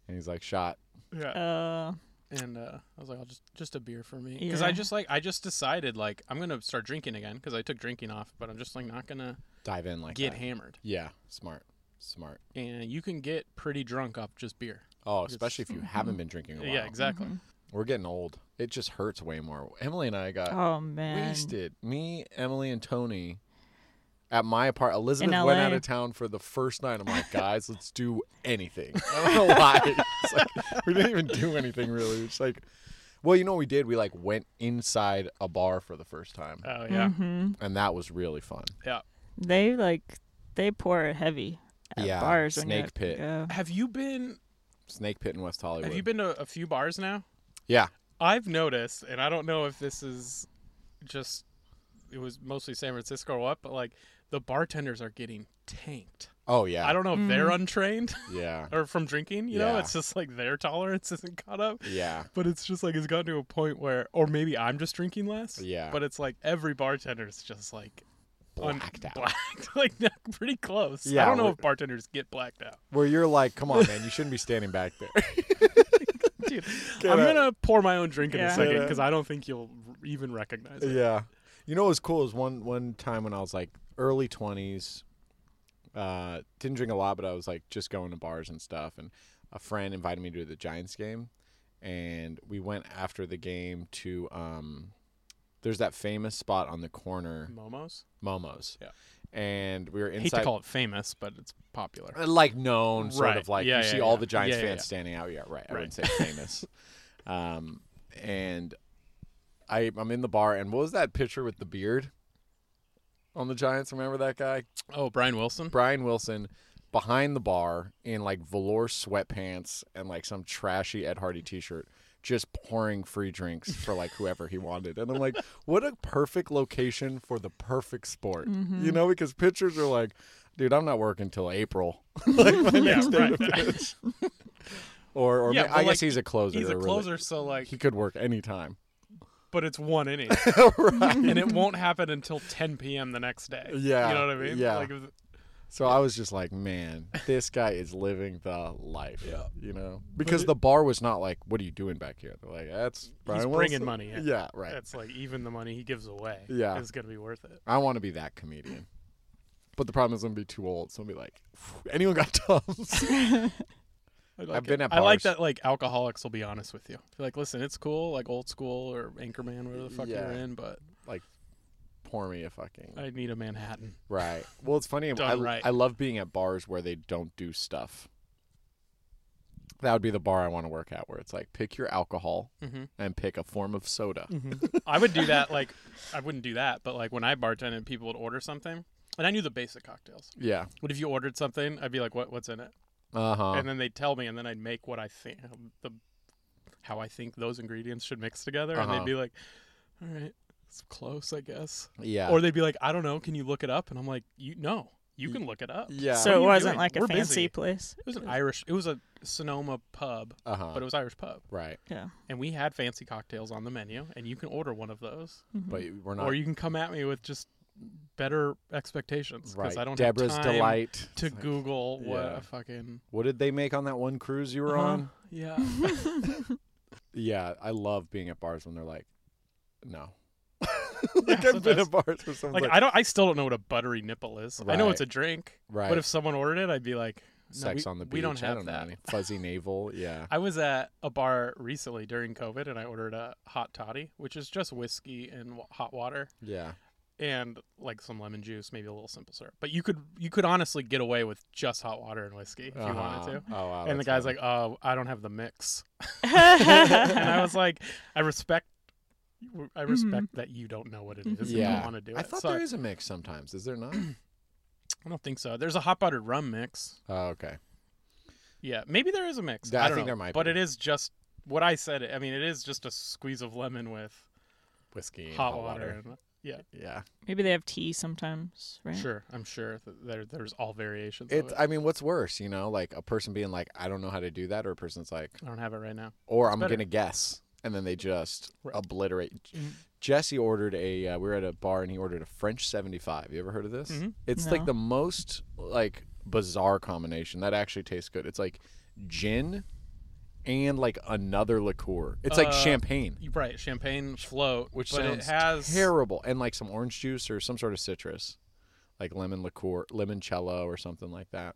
[SPEAKER 1] And he's like, "Shot."
[SPEAKER 2] yeah.
[SPEAKER 3] Uh,
[SPEAKER 2] and uh, I was like, I'll just just a beer for me because I
[SPEAKER 3] Yeah.
[SPEAKER 2] just like I just decided like I'm gonna start drinking again because I took drinking off, but I'm just like not gonna
[SPEAKER 1] Dive in like
[SPEAKER 2] get
[SPEAKER 1] that.
[SPEAKER 2] hammered.
[SPEAKER 1] Yeah, smart, smart.
[SPEAKER 2] And you can get pretty drunk off just beer.
[SPEAKER 1] Oh,
[SPEAKER 2] It's-
[SPEAKER 1] especially if you haven't been drinking a while.
[SPEAKER 2] Yeah, exactly.
[SPEAKER 1] Mm-hmm. We're getting old. It just hurts way more. Emily and I got
[SPEAKER 3] oh, man.
[SPEAKER 1] wasted. Me, Emily, and Tony at my apartment. Elizabeth
[SPEAKER 3] In
[SPEAKER 1] went
[SPEAKER 3] LA.
[SPEAKER 1] out of town for the first night. I'm like, guys, let's do anything. I don't know why. It's like, we didn't even do anything really. It's like, well, you know what we did? We like went inside a bar for the first time,
[SPEAKER 2] Oh yeah,
[SPEAKER 3] Mhm.
[SPEAKER 1] and that was really fun.
[SPEAKER 2] Mm-hmm.
[SPEAKER 3] They like, they pour it heavy at
[SPEAKER 1] Yeah,
[SPEAKER 3] bars. when you-
[SPEAKER 1] Snake Pit.
[SPEAKER 3] Yeah.
[SPEAKER 2] have you been?
[SPEAKER 1] Snake Pit in West Hollywood.
[SPEAKER 2] Have you been to a few bars now?
[SPEAKER 1] Yeah.
[SPEAKER 2] I've noticed, and I don't know if this is just it was mostly San Francisco or what, but like the bartenders are getting tanked.
[SPEAKER 1] Oh yeah.
[SPEAKER 2] I don't know if they're untrained
[SPEAKER 1] Yeah.
[SPEAKER 2] or from drinking. You know,
[SPEAKER 1] Yeah.
[SPEAKER 2] it's just like their tolerance isn't caught up.
[SPEAKER 1] Yeah.
[SPEAKER 2] but it's just like it's gotten to a point where or maybe i'm just drinking less
[SPEAKER 1] Yeah.
[SPEAKER 2] but it's like every bartender's just like un-
[SPEAKER 1] Blacked out.
[SPEAKER 2] blacked like no, pretty close i
[SPEAKER 1] Yeah,
[SPEAKER 2] don't know
[SPEAKER 1] we're-
[SPEAKER 2] if bartenders get blacked out
[SPEAKER 1] Where you're like, come on, man, you shouldn't be standing back there.
[SPEAKER 2] dude
[SPEAKER 1] Get
[SPEAKER 2] i'm
[SPEAKER 1] out.
[SPEAKER 2] gonna pour my own drink in a
[SPEAKER 3] Yeah.
[SPEAKER 2] second
[SPEAKER 1] Get out.
[SPEAKER 2] because i don't think you'll r- even recognize it
[SPEAKER 1] yeah. You know what was cool is one one time when I was like early twenties, uh, didn't drink a lot, but I was like just going to bars and stuff, and a friend invited me to the Giants game, and we went after the game to um, there's that famous spot on the corner,
[SPEAKER 2] momos
[SPEAKER 1] Momo's.
[SPEAKER 2] Mm. Yeah.
[SPEAKER 1] And we were inside.
[SPEAKER 2] hate to call it famous but it's popular
[SPEAKER 1] like known sort
[SPEAKER 2] Right.
[SPEAKER 1] of like
[SPEAKER 2] Yeah,
[SPEAKER 1] you
[SPEAKER 2] yeah,
[SPEAKER 1] see all
[SPEAKER 2] yeah.
[SPEAKER 1] the Giants
[SPEAKER 2] Yeah, yeah,
[SPEAKER 1] fans
[SPEAKER 2] yeah.
[SPEAKER 1] standing out. Yeah, right. I
[SPEAKER 2] Right.
[SPEAKER 1] wouldn't say famous. um, and I I'm in the bar and what was that picture with the beard? on the Giants? Remember that guy?
[SPEAKER 2] Oh, Brian Wilson.
[SPEAKER 1] Brian Wilson behind the bar in like velour sweatpants and like some trashy Ed Hardy t shirt, just pouring free drinks for like whoever he wanted. And I'm like, what a perfect location for the perfect sport.
[SPEAKER 2] Mm-hmm.
[SPEAKER 1] You know, because pitchers are like, dude, I'm not working till April. like my next day to
[SPEAKER 2] right.
[SPEAKER 1] pitch. Or, or
[SPEAKER 2] Yeah,
[SPEAKER 1] ma-
[SPEAKER 2] but,
[SPEAKER 1] I
[SPEAKER 2] like,
[SPEAKER 1] guess he's a closer.
[SPEAKER 2] He's a
[SPEAKER 1] or really-
[SPEAKER 2] closer, so like,
[SPEAKER 1] he could work anytime.
[SPEAKER 2] but it's one inning,
[SPEAKER 1] right.
[SPEAKER 2] and it won't happen until 10 p.m. the next day.
[SPEAKER 1] Yeah,
[SPEAKER 2] you know what I mean.
[SPEAKER 1] yeah.
[SPEAKER 2] Like, if-
[SPEAKER 1] So I was just like, man, this guy is living the life.
[SPEAKER 2] Yeah.
[SPEAKER 1] You know, because the bar was not like, what are you doing back here? They're like, that's Brian
[SPEAKER 2] he's
[SPEAKER 1] Wilson."
[SPEAKER 2] bringing money.
[SPEAKER 1] Yeah,
[SPEAKER 2] In.
[SPEAKER 1] right.
[SPEAKER 2] It's like even the money he gives away.
[SPEAKER 1] Yeah.
[SPEAKER 2] is gonna be worth it.
[SPEAKER 1] I want to be that comedian. But the problem is, I'm gonna be too old. So I'm gonna be like, anyone got Tums?
[SPEAKER 2] I
[SPEAKER 1] I've been at
[SPEAKER 2] I like
[SPEAKER 1] bars.
[SPEAKER 2] that. Like alcoholics will be honest with you. They're like, listen, it's cool, like old school or Anchorman, whatever the fuck
[SPEAKER 1] Yeah.
[SPEAKER 2] you're in, but
[SPEAKER 1] Pour me a fucking
[SPEAKER 2] I need a Manhattan.
[SPEAKER 1] right. Well, it's funny. I,
[SPEAKER 2] Done right.
[SPEAKER 1] I love being at bars where they don't do stuff. That would be the bar I want to work at, where it's like pick your alcohol
[SPEAKER 2] Mhm.
[SPEAKER 1] and pick a form of soda.
[SPEAKER 2] Mm-hmm. I would do that. Like, I wouldn't do that, but like when I bartended, people would order something, and I knew the basic cocktails.
[SPEAKER 1] Yeah.
[SPEAKER 2] What if you ordered something? I'd be like, what? What's in it?
[SPEAKER 1] Uh huh.
[SPEAKER 2] And then they'd tell me, and then I'd make what I think the how I think those ingredients should mix together, and
[SPEAKER 1] Uh-huh.
[SPEAKER 2] they'd be like, all right, it's close, I guess.
[SPEAKER 1] Yeah.
[SPEAKER 2] Or they'd be like, I don't know, can you look it up? And I'm like, you no, you
[SPEAKER 1] Y-
[SPEAKER 2] can look it up.
[SPEAKER 1] yeah.
[SPEAKER 2] What
[SPEAKER 3] so
[SPEAKER 2] are
[SPEAKER 3] it
[SPEAKER 2] you
[SPEAKER 3] wasn't
[SPEAKER 2] doing?
[SPEAKER 3] like a
[SPEAKER 2] We're
[SPEAKER 3] fancy
[SPEAKER 2] busy.
[SPEAKER 3] place.
[SPEAKER 2] It was an Irish. It was a Sonoma pub,
[SPEAKER 1] uh huh.
[SPEAKER 2] but it was Irish pub,
[SPEAKER 1] Right.
[SPEAKER 3] Yeah.
[SPEAKER 2] and we had fancy cocktails on the menu, and you can order one of those,
[SPEAKER 3] Mm-hmm.
[SPEAKER 1] But we're not.
[SPEAKER 2] Mm-hmm. or you can come at me with just better expectations
[SPEAKER 1] right.
[SPEAKER 2] because I don't
[SPEAKER 1] Deborah's
[SPEAKER 2] have time
[SPEAKER 1] delight.
[SPEAKER 2] to
[SPEAKER 1] It's like,
[SPEAKER 2] Google what
[SPEAKER 1] yeah.
[SPEAKER 2] a fucking
[SPEAKER 1] What did they make on that one cruise you were
[SPEAKER 2] Uh-huh.
[SPEAKER 1] on?
[SPEAKER 2] yeah.
[SPEAKER 1] Yeah, I love being at bars when they're like, no.
[SPEAKER 2] Yeah,
[SPEAKER 1] like I've been
[SPEAKER 2] sometimes.
[SPEAKER 1] at bars where someone's
[SPEAKER 2] like
[SPEAKER 1] like,
[SPEAKER 2] I don't. I still don't know what a buttery nipple is. I know it's a
[SPEAKER 1] Right.
[SPEAKER 2] drink,
[SPEAKER 1] right.
[SPEAKER 2] but if someone ordered it, I'd be like, no,
[SPEAKER 1] sex
[SPEAKER 2] we-
[SPEAKER 1] on the beach,
[SPEAKER 2] We don't
[SPEAKER 1] I
[SPEAKER 2] have
[SPEAKER 1] don't know
[SPEAKER 2] that.
[SPEAKER 1] any- fuzzy navel. Yeah.
[SPEAKER 2] I was at a bar recently during COVID, and I ordered a hot toddy, which is just whiskey and w- hot water.
[SPEAKER 1] Yeah.
[SPEAKER 2] and like some lemon juice, maybe a little simple syrup. But you could you could honestly get away with just hot water and whiskey if you wanted to.
[SPEAKER 1] Uh-huh. Oh wow.
[SPEAKER 2] and the
[SPEAKER 1] that's
[SPEAKER 2] guy's
[SPEAKER 1] funny.
[SPEAKER 2] like, "Oh, I don't have the mix," and
[SPEAKER 3] I
[SPEAKER 2] I was like, "I respect, I respect that you don't know what it is. and
[SPEAKER 1] Yeah.
[SPEAKER 2] you want to do it.
[SPEAKER 1] Mm-hmm. I thought
[SPEAKER 2] so
[SPEAKER 1] there
[SPEAKER 2] I,
[SPEAKER 1] is a mix sometimes. Is there not?
[SPEAKER 2] I don't think so. There's a hot buttered rum mix.
[SPEAKER 1] oh, okay.
[SPEAKER 2] Yeah, maybe there is a mix.
[SPEAKER 1] Yeah, I
[SPEAKER 2] don't
[SPEAKER 1] think
[SPEAKER 2] know.
[SPEAKER 1] there might
[SPEAKER 2] but
[SPEAKER 1] be.
[SPEAKER 2] it is just what I said. I mean, it is just a squeeze of lemon with
[SPEAKER 1] Whiskey. and
[SPEAKER 2] hot, water. and-
[SPEAKER 1] Yeah.
[SPEAKER 3] Maybe they have tea sometimes, right?
[SPEAKER 2] Sure, I'm sure that there there's all variations. of
[SPEAKER 1] It's.
[SPEAKER 2] it.
[SPEAKER 1] I mean, what's worse? You know, like a person being like, I don't know how to do that, or a person's like,
[SPEAKER 2] I don't have it right now.
[SPEAKER 1] or I'm
[SPEAKER 2] better.
[SPEAKER 1] gonna guess, and then they just
[SPEAKER 2] Right. Mm-hmm.
[SPEAKER 1] obliterate. Jesse ordered a. Uh, we were at a bar and he ordered a French 75. You ever heard of this?
[SPEAKER 2] Mhm.
[SPEAKER 1] It's like
[SPEAKER 3] No.
[SPEAKER 1] the most like bizarre combination that actually tastes good. It's like gin and like another liqueur. It's like
[SPEAKER 2] Uh,
[SPEAKER 1] champagne,
[SPEAKER 2] You're right. Champagne float,
[SPEAKER 1] which
[SPEAKER 2] but
[SPEAKER 1] sounds
[SPEAKER 2] it has
[SPEAKER 1] terrible, and like some orange juice or some sort of citrus, like lemon liqueur, limoncello or something like that.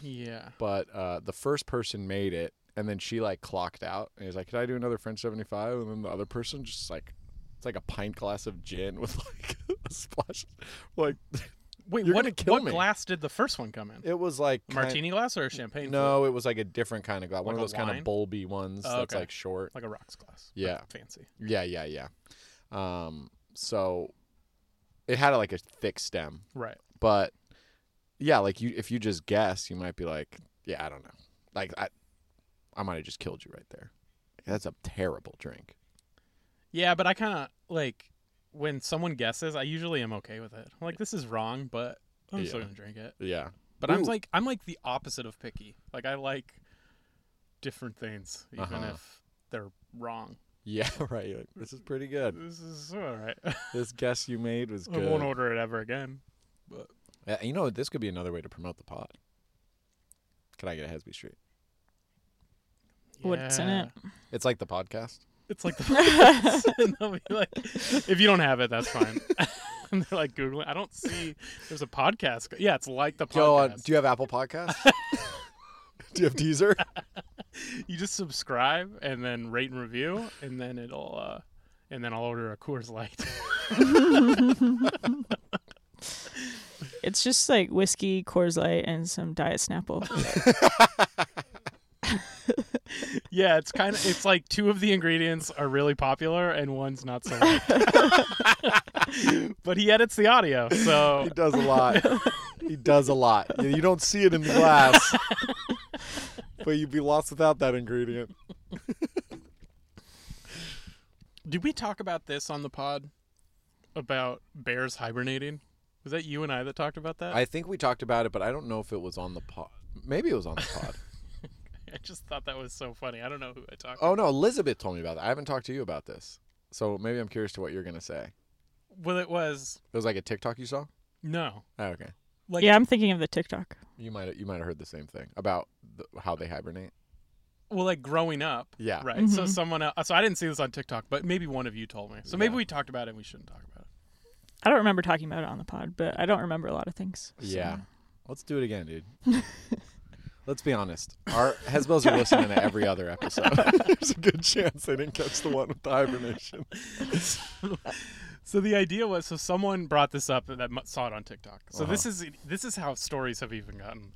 [SPEAKER 2] yeah.
[SPEAKER 1] but uh, the first person made it and then she like clocked out and he's like could i do another french 75 and then the other person just like it's like a pint glass of gin with like a splash like
[SPEAKER 2] Wait,
[SPEAKER 1] You're gonna
[SPEAKER 2] what,
[SPEAKER 1] kill
[SPEAKER 2] what
[SPEAKER 1] me.
[SPEAKER 2] glass did the first one come in?
[SPEAKER 1] it was like kind-
[SPEAKER 2] Martini glass or a champagne?
[SPEAKER 1] no it was like a different kind of glass one of
[SPEAKER 2] Like a
[SPEAKER 1] those kind
[SPEAKER 2] wine?
[SPEAKER 1] of bulby ones
[SPEAKER 2] Oh,
[SPEAKER 1] that's
[SPEAKER 2] okay.
[SPEAKER 1] like short
[SPEAKER 2] like a rocks glass. but
[SPEAKER 1] Yeah.
[SPEAKER 2] fancy.
[SPEAKER 1] yeah yeah yeah um so it had like a thick stem
[SPEAKER 2] Right.
[SPEAKER 1] but yeah like you if you just guess you might be like yeah i don't know like i i might have just killed you right there that's a terrible drink
[SPEAKER 2] Yeah, but I kind of like when someone guesses. I usually am okay with it. I'm like this is wrong, but I'm still
[SPEAKER 1] Yeah.
[SPEAKER 2] gonna drink it.
[SPEAKER 1] yeah
[SPEAKER 2] But I'm
[SPEAKER 1] Ooh.
[SPEAKER 2] like I'm like the opposite of picky. Like I like different things, even
[SPEAKER 1] Uh-huh.
[SPEAKER 2] if they're wrong.
[SPEAKER 1] Yeah, right. You're like, this is pretty good.
[SPEAKER 2] This is all right.
[SPEAKER 1] This guess you made was
[SPEAKER 2] I
[SPEAKER 1] good.
[SPEAKER 2] won't order it ever again.
[SPEAKER 1] Uh, you know, this could be another way to promote the pod. Can I get a Hesby Street?
[SPEAKER 3] What's in it?
[SPEAKER 1] It's like the podcast.
[SPEAKER 2] It's like the and they'll be like, if you don't have it, that's fine. and they're like googling. I don't see. There's a podcast. Yeah, it's like the
[SPEAKER 1] Joe, uh,
[SPEAKER 2] podcast.
[SPEAKER 1] do you have Apple Podcasts? do you have Teaser?
[SPEAKER 2] you-, just subscribe and then rate and review, and then it'll. uh And then I'll order a Coors Light.
[SPEAKER 3] It's just like whiskey, Coors Light, and some diet Snapple.
[SPEAKER 2] yeah, it's kind of it's like two of the ingredients are really popular and one's not so. much. but he edits the audio, so
[SPEAKER 1] He does a lot. he does a lot. You you don't see it in the glass, but you'd be lost without that ingredient.
[SPEAKER 2] did we talk about this on the pod about bears hibernating? Was that you and I that talked about that?
[SPEAKER 1] I think we talked about it, but I don't know if it was on the pod. Maybe it was on the pod.
[SPEAKER 2] I just thought that was so funny. I don't know who I talked.
[SPEAKER 1] Oh no, Elizabeth told me about that. I haven't talked to you about this, so maybe I'm curious to what you're gonna say.
[SPEAKER 2] Well, it was
[SPEAKER 1] It was like a TikTok you saw.
[SPEAKER 2] no.
[SPEAKER 1] Oh, okay.
[SPEAKER 2] Like
[SPEAKER 3] yeah, I'm thinking of the TikTok.
[SPEAKER 1] You might you might have heard the same thing about the, how they hibernate.
[SPEAKER 2] well, like growing up.
[SPEAKER 1] Yeah.
[SPEAKER 2] Right. So someone else. So I didn't see this on TikTok, but maybe one of you told me. So maybe
[SPEAKER 1] Yeah.
[SPEAKER 2] we talked about it. and We shouldn't talk about it.
[SPEAKER 3] I don't remember talking about it on the pod, but I don't remember a lot of things. so-
[SPEAKER 1] Yeah. Let's do it again, dude. Let's be honest. Our Hezbollas are listening to every other episode. There's a good chance they didn't catch the one with the hibernation.
[SPEAKER 2] So the idea was, so someone brought this up that mu- saw it on TikTok. So this is this is how stories have even gotten.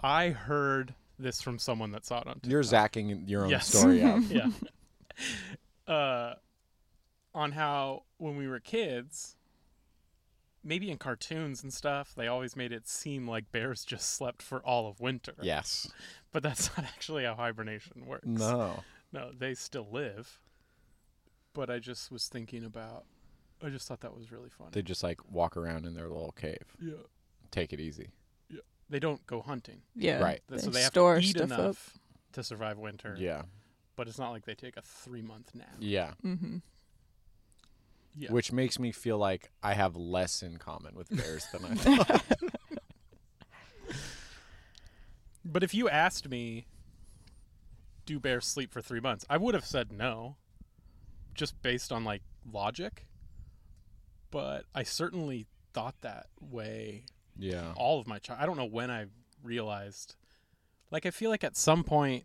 [SPEAKER 2] I heard this from someone that saw it on TikTok.
[SPEAKER 1] You're zacking your own
[SPEAKER 2] Yes.
[SPEAKER 1] story out.
[SPEAKER 2] yeah. Uh, on how when we were kids, maybe in cartoons and stuff, they always made it seem like bears just slept for all of winter.
[SPEAKER 1] yes.
[SPEAKER 2] But that's not actually how hibernation works.
[SPEAKER 1] No.
[SPEAKER 2] No, they still live. But I just was thinking about. I just thought that was really funny.
[SPEAKER 1] They just like walk around in their little cave.
[SPEAKER 2] yeah.
[SPEAKER 1] Take it easy.
[SPEAKER 2] They don't go hunting,
[SPEAKER 4] Yeah.
[SPEAKER 1] Right.
[SPEAKER 2] Th-
[SPEAKER 4] They
[SPEAKER 2] so they have
[SPEAKER 4] store
[SPEAKER 2] to eat
[SPEAKER 4] stuff up.
[SPEAKER 2] enough to survive winter.
[SPEAKER 1] Yeah.
[SPEAKER 2] But it's not like they take a three month nap.
[SPEAKER 1] Yeah.
[SPEAKER 4] Mm-hmm.
[SPEAKER 2] Yeah.
[SPEAKER 1] Which makes me feel like I have less in common with bears than I thought.
[SPEAKER 2] But if you asked me, do bears sleep for three months? I would have said no, just based on like logic. But I certainly thought that way
[SPEAKER 1] yeah.
[SPEAKER 2] all of my child. I don't know when I realized. Like, I feel like at some point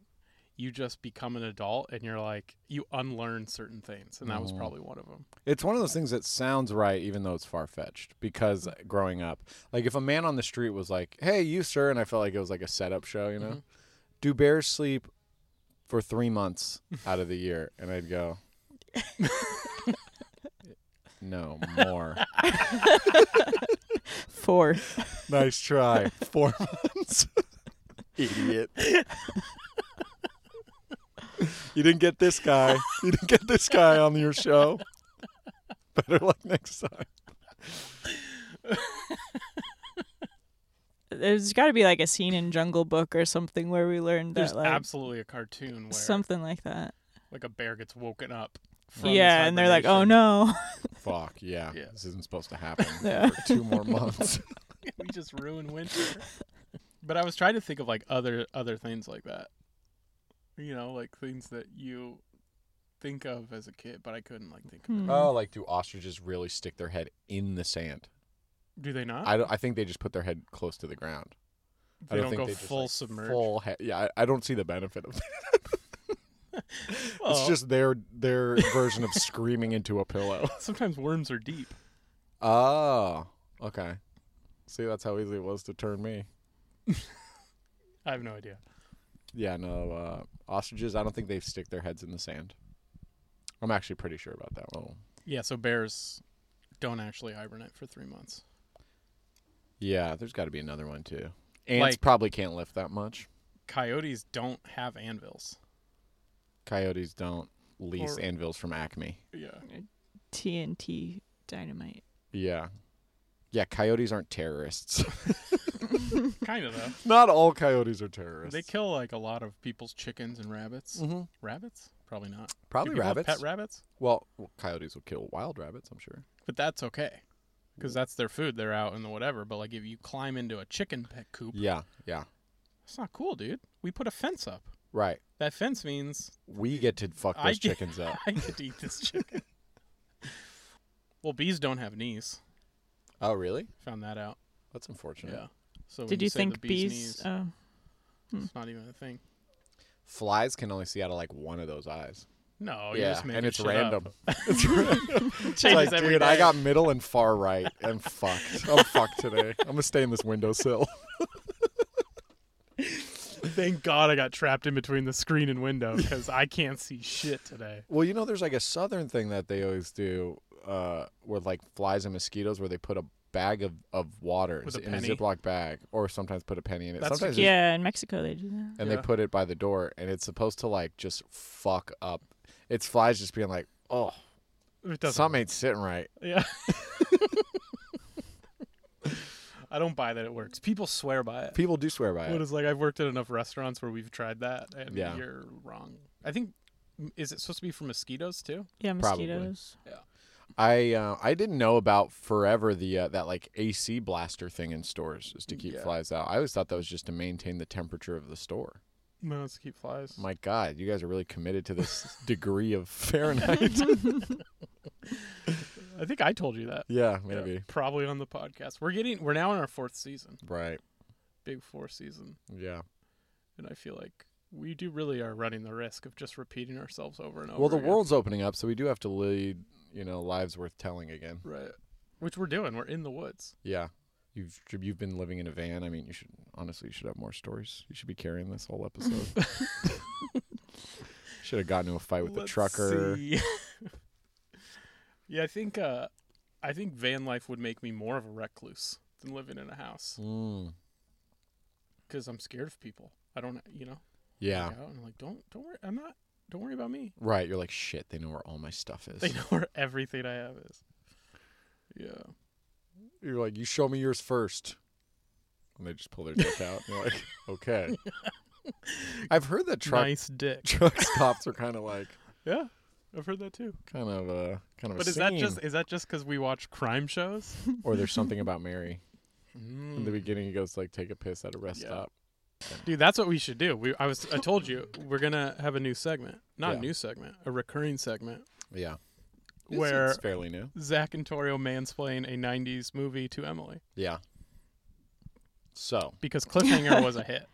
[SPEAKER 2] you just become an adult and you're like, you unlearn certain things. And that was
[SPEAKER 1] Mhm.
[SPEAKER 2] probably one of them.
[SPEAKER 1] It's one of those things that sounds right, even though it's far fetched. Because growing up, like if a man on the street was like, "Hey, you, sir," and I felt like it was like a setup show, you know,
[SPEAKER 2] Mhm.
[SPEAKER 1] do bears sleep for three months out of the year? And I'd go, "No more."
[SPEAKER 3] Four.
[SPEAKER 1] nice try. Four months, idiot. you didn't get this guy. You didn't get this guy on your show. Better luck next time.
[SPEAKER 3] There's got to be like a scene in Jungle Book or something where we learned
[SPEAKER 2] There's
[SPEAKER 3] that, like
[SPEAKER 2] absolutely a cartoon where
[SPEAKER 3] something like that.
[SPEAKER 2] like a bear gets woken up. From his
[SPEAKER 3] yeah, and they're like, "Oh
[SPEAKER 2] hibernation."
[SPEAKER 3] no,
[SPEAKER 1] Fuck yeah.
[SPEAKER 2] Yeah.
[SPEAKER 1] This isn't supposed to happen
[SPEAKER 3] Yeah.
[SPEAKER 1] for two more months.
[SPEAKER 2] we just ruin winter. But I was trying to think of like other other things like that. You know, like things that you think of as a kid, but I couldn't like think of.
[SPEAKER 3] Hmm.
[SPEAKER 2] It.
[SPEAKER 1] oh, like do ostriches really stick their head in the sand?
[SPEAKER 2] Do they not?
[SPEAKER 1] I, don't, I think they just put their head close to the ground. I
[SPEAKER 2] they don't,
[SPEAKER 1] don't, think
[SPEAKER 2] go
[SPEAKER 1] they just,
[SPEAKER 2] full
[SPEAKER 1] like,
[SPEAKER 2] submerged.
[SPEAKER 1] Full head. Yeah, I, I don't see the benefit of that.
[SPEAKER 2] Well,
[SPEAKER 1] It's just their their version of screaming into a pillow.
[SPEAKER 2] sometimes worms are deep.
[SPEAKER 1] Oh, okay. See, that's how easy it was to turn me.
[SPEAKER 2] I have no idea.
[SPEAKER 1] Yeah, no, uh, ostriches, I don't think they stick their heads in the sand. I'm actually pretty sure about that one.
[SPEAKER 2] Yeah, so bears don't actually hibernate for three months.
[SPEAKER 1] Yeah, there's got to be another one too. Ants
[SPEAKER 2] Like-
[SPEAKER 1] probably can't lift that much.
[SPEAKER 2] Coyotes don't have anvils.
[SPEAKER 1] Coyotes don't lease
[SPEAKER 2] Or-
[SPEAKER 1] anvils from Acme.
[SPEAKER 2] Yeah,
[SPEAKER 3] TNT dynamite."
[SPEAKER 1] Yeah. Yeah, coyotes aren't terrorists.
[SPEAKER 2] kind of though.
[SPEAKER 1] Not all coyotes are terrorists.
[SPEAKER 2] They kill like a lot of people's chickens and rabbits.
[SPEAKER 1] Mhm.
[SPEAKER 2] Rabbits? Probably not. Do
[SPEAKER 1] Probably
[SPEAKER 2] people have
[SPEAKER 1] rabbits.
[SPEAKER 2] Pet rabbits.
[SPEAKER 1] well, well, coyotes will kill wild rabbits, I'm sure.
[SPEAKER 2] But that's okay. Because that's their food. They're out in the whatever. But like if you climb into a chicken pet coop,
[SPEAKER 1] Yeah, yeah.
[SPEAKER 2] it's not cool, dude. We put a fence up.
[SPEAKER 1] Right.
[SPEAKER 2] That fence means
[SPEAKER 1] We get to fuck
[SPEAKER 2] I
[SPEAKER 1] those
[SPEAKER 2] get-
[SPEAKER 1] chickens up.
[SPEAKER 2] I get to eat this chicken. well, bees don't have knees.
[SPEAKER 1] Oh, really?
[SPEAKER 2] Found that out.
[SPEAKER 1] That's unfortunate.
[SPEAKER 2] Yeah. So when
[SPEAKER 3] Did you
[SPEAKER 2] say the
[SPEAKER 3] think bees?
[SPEAKER 2] knees,
[SPEAKER 3] oh.
[SPEAKER 2] it's not even a thing.
[SPEAKER 1] Flies can only see out of like one of those eyes.
[SPEAKER 2] No, you're
[SPEAKER 1] yeah,
[SPEAKER 2] Oh, just making
[SPEAKER 1] and it's
[SPEAKER 2] shit
[SPEAKER 1] random.
[SPEAKER 2] Up.
[SPEAKER 1] It's random. It's
[SPEAKER 2] Changes
[SPEAKER 1] like,
[SPEAKER 2] every
[SPEAKER 1] dude, I
[SPEAKER 2] day.
[SPEAKER 1] got middle and far right. I'm fucked. I'm fucked today. I'm gonna stay in this windowsill.
[SPEAKER 2] Thank God I got trapped in between the screen and window because I can't see shit today.
[SPEAKER 1] Well, you know, there's like a southern thing that they always do uh, with like flies and mosquitoes where they put a bag of, of water
[SPEAKER 2] With a
[SPEAKER 1] in a
[SPEAKER 2] penny.
[SPEAKER 1] Ziploc bag or sometimes put a penny in it.
[SPEAKER 2] That's-
[SPEAKER 1] sometimes it's-
[SPEAKER 3] yeah, in Mexico they do that.
[SPEAKER 1] and
[SPEAKER 2] Yeah.
[SPEAKER 1] they put it by the door and it's supposed to like just fuck up. It's flies just being like, oh,
[SPEAKER 2] It doesn't.
[SPEAKER 1] something ain't sitting right.
[SPEAKER 2] Yeah. I don't buy that it works. People swear by it.
[SPEAKER 1] People do swear by
[SPEAKER 2] What
[SPEAKER 1] it.
[SPEAKER 2] is like I've worked at enough restaurants where we've tried that, and
[SPEAKER 1] Yeah.
[SPEAKER 2] you're wrong. I think is it supposed to be for mosquitoes too?
[SPEAKER 3] Yeah,
[SPEAKER 1] Probably.
[SPEAKER 3] mosquitoes.
[SPEAKER 1] I uh, I didn't know about forever the uh, that like AC blaster thing in stores is to keep
[SPEAKER 2] Yeah.
[SPEAKER 1] flies out. I always thought that was just to maintain the temperature of the store.
[SPEAKER 2] No, it's to keep flies.
[SPEAKER 1] My God, you guys are really committed to this degree of Fahrenheit.
[SPEAKER 2] I think I told you that.
[SPEAKER 1] yeah, maybe.
[SPEAKER 2] Yeah, probably on the podcast. We're getting we're now in our fourth season,
[SPEAKER 1] Right.
[SPEAKER 2] big four season,
[SPEAKER 1] Yeah.
[SPEAKER 2] and I feel like we do really are running the risk of just repeating ourselves over and over.
[SPEAKER 1] well, the
[SPEAKER 2] again.
[SPEAKER 1] world's opening up, so we do have to lead, you know, lives worth telling again.
[SPEAKER 2] right, which we're doing. We're in the woods.
[SPEAKER 1] Yeah. You've you've been living in a van. I mean, you should honestly you should have more stories. You should be carrying this whole episode. should have gotten into a fight with the
[SPEAKER 2] Let's
[SPEAKER 1] trucker.
[SPEAKER 2] see. yeah, I think uh, I think van life would make me more of a recluse than living in a house
[SPEAKER 1] Mm.
[SPEAKER 2] because I'm scared of people. I don't, you know,
[SPEAKER 1] Yeah.
[SPEAKER 2] like, I don't- I'm like don't don't worry, I'm not. Don't worry about me.
[SPEAKER 1] Right. You're like shit. They know where all my stuff is.
[SPEAKER 2] They know where everything I have is. Yeah.
[SPEAKER 1] You're like you show me yours first, and they just pull their dick out. And you're like, okay. I've heard that truck
[SPEAKER 2] Nice dick.
[SPEAKER 1] truck stops are kind of like
[SPEAKER 2] Yeah, I've heard that too.
[SPEAKER 1] kind of a kind of.
[SPEAKER 2] But
[SPEAKER 1] a
[SPEAKER 2] is that
[SPEAKER 1] scene.
[SPEAKER 2] just is that just because we watch crime shows?
[SPEAKER 1] or there's something about Mary? In the
[SPEAKER 2] Mm.
[SPEAKER 1] beginning, he goes like take a piss at a rest
[SPEAKER 2] Yeah.
[SPEAKER 1] stop.
[SPEAKER 2] Dude, that's what we should do. We I was I told you we're gonna have a new segment, not
[SPEAKER 1] Yeah.
[SPEAKER 2] a new segment, a recurring segment
[SPEAKER 1] Yeah, It's-
[SPEAKER 2] where
[SPEAKER 1] it's fairly new.
[SPEAKER 2] Zach and Torio mansplain a '90s movie to Emily
[SPEAKER 1] Yeah. So
[SPEAKER 2] because Cliffhanger was a hit.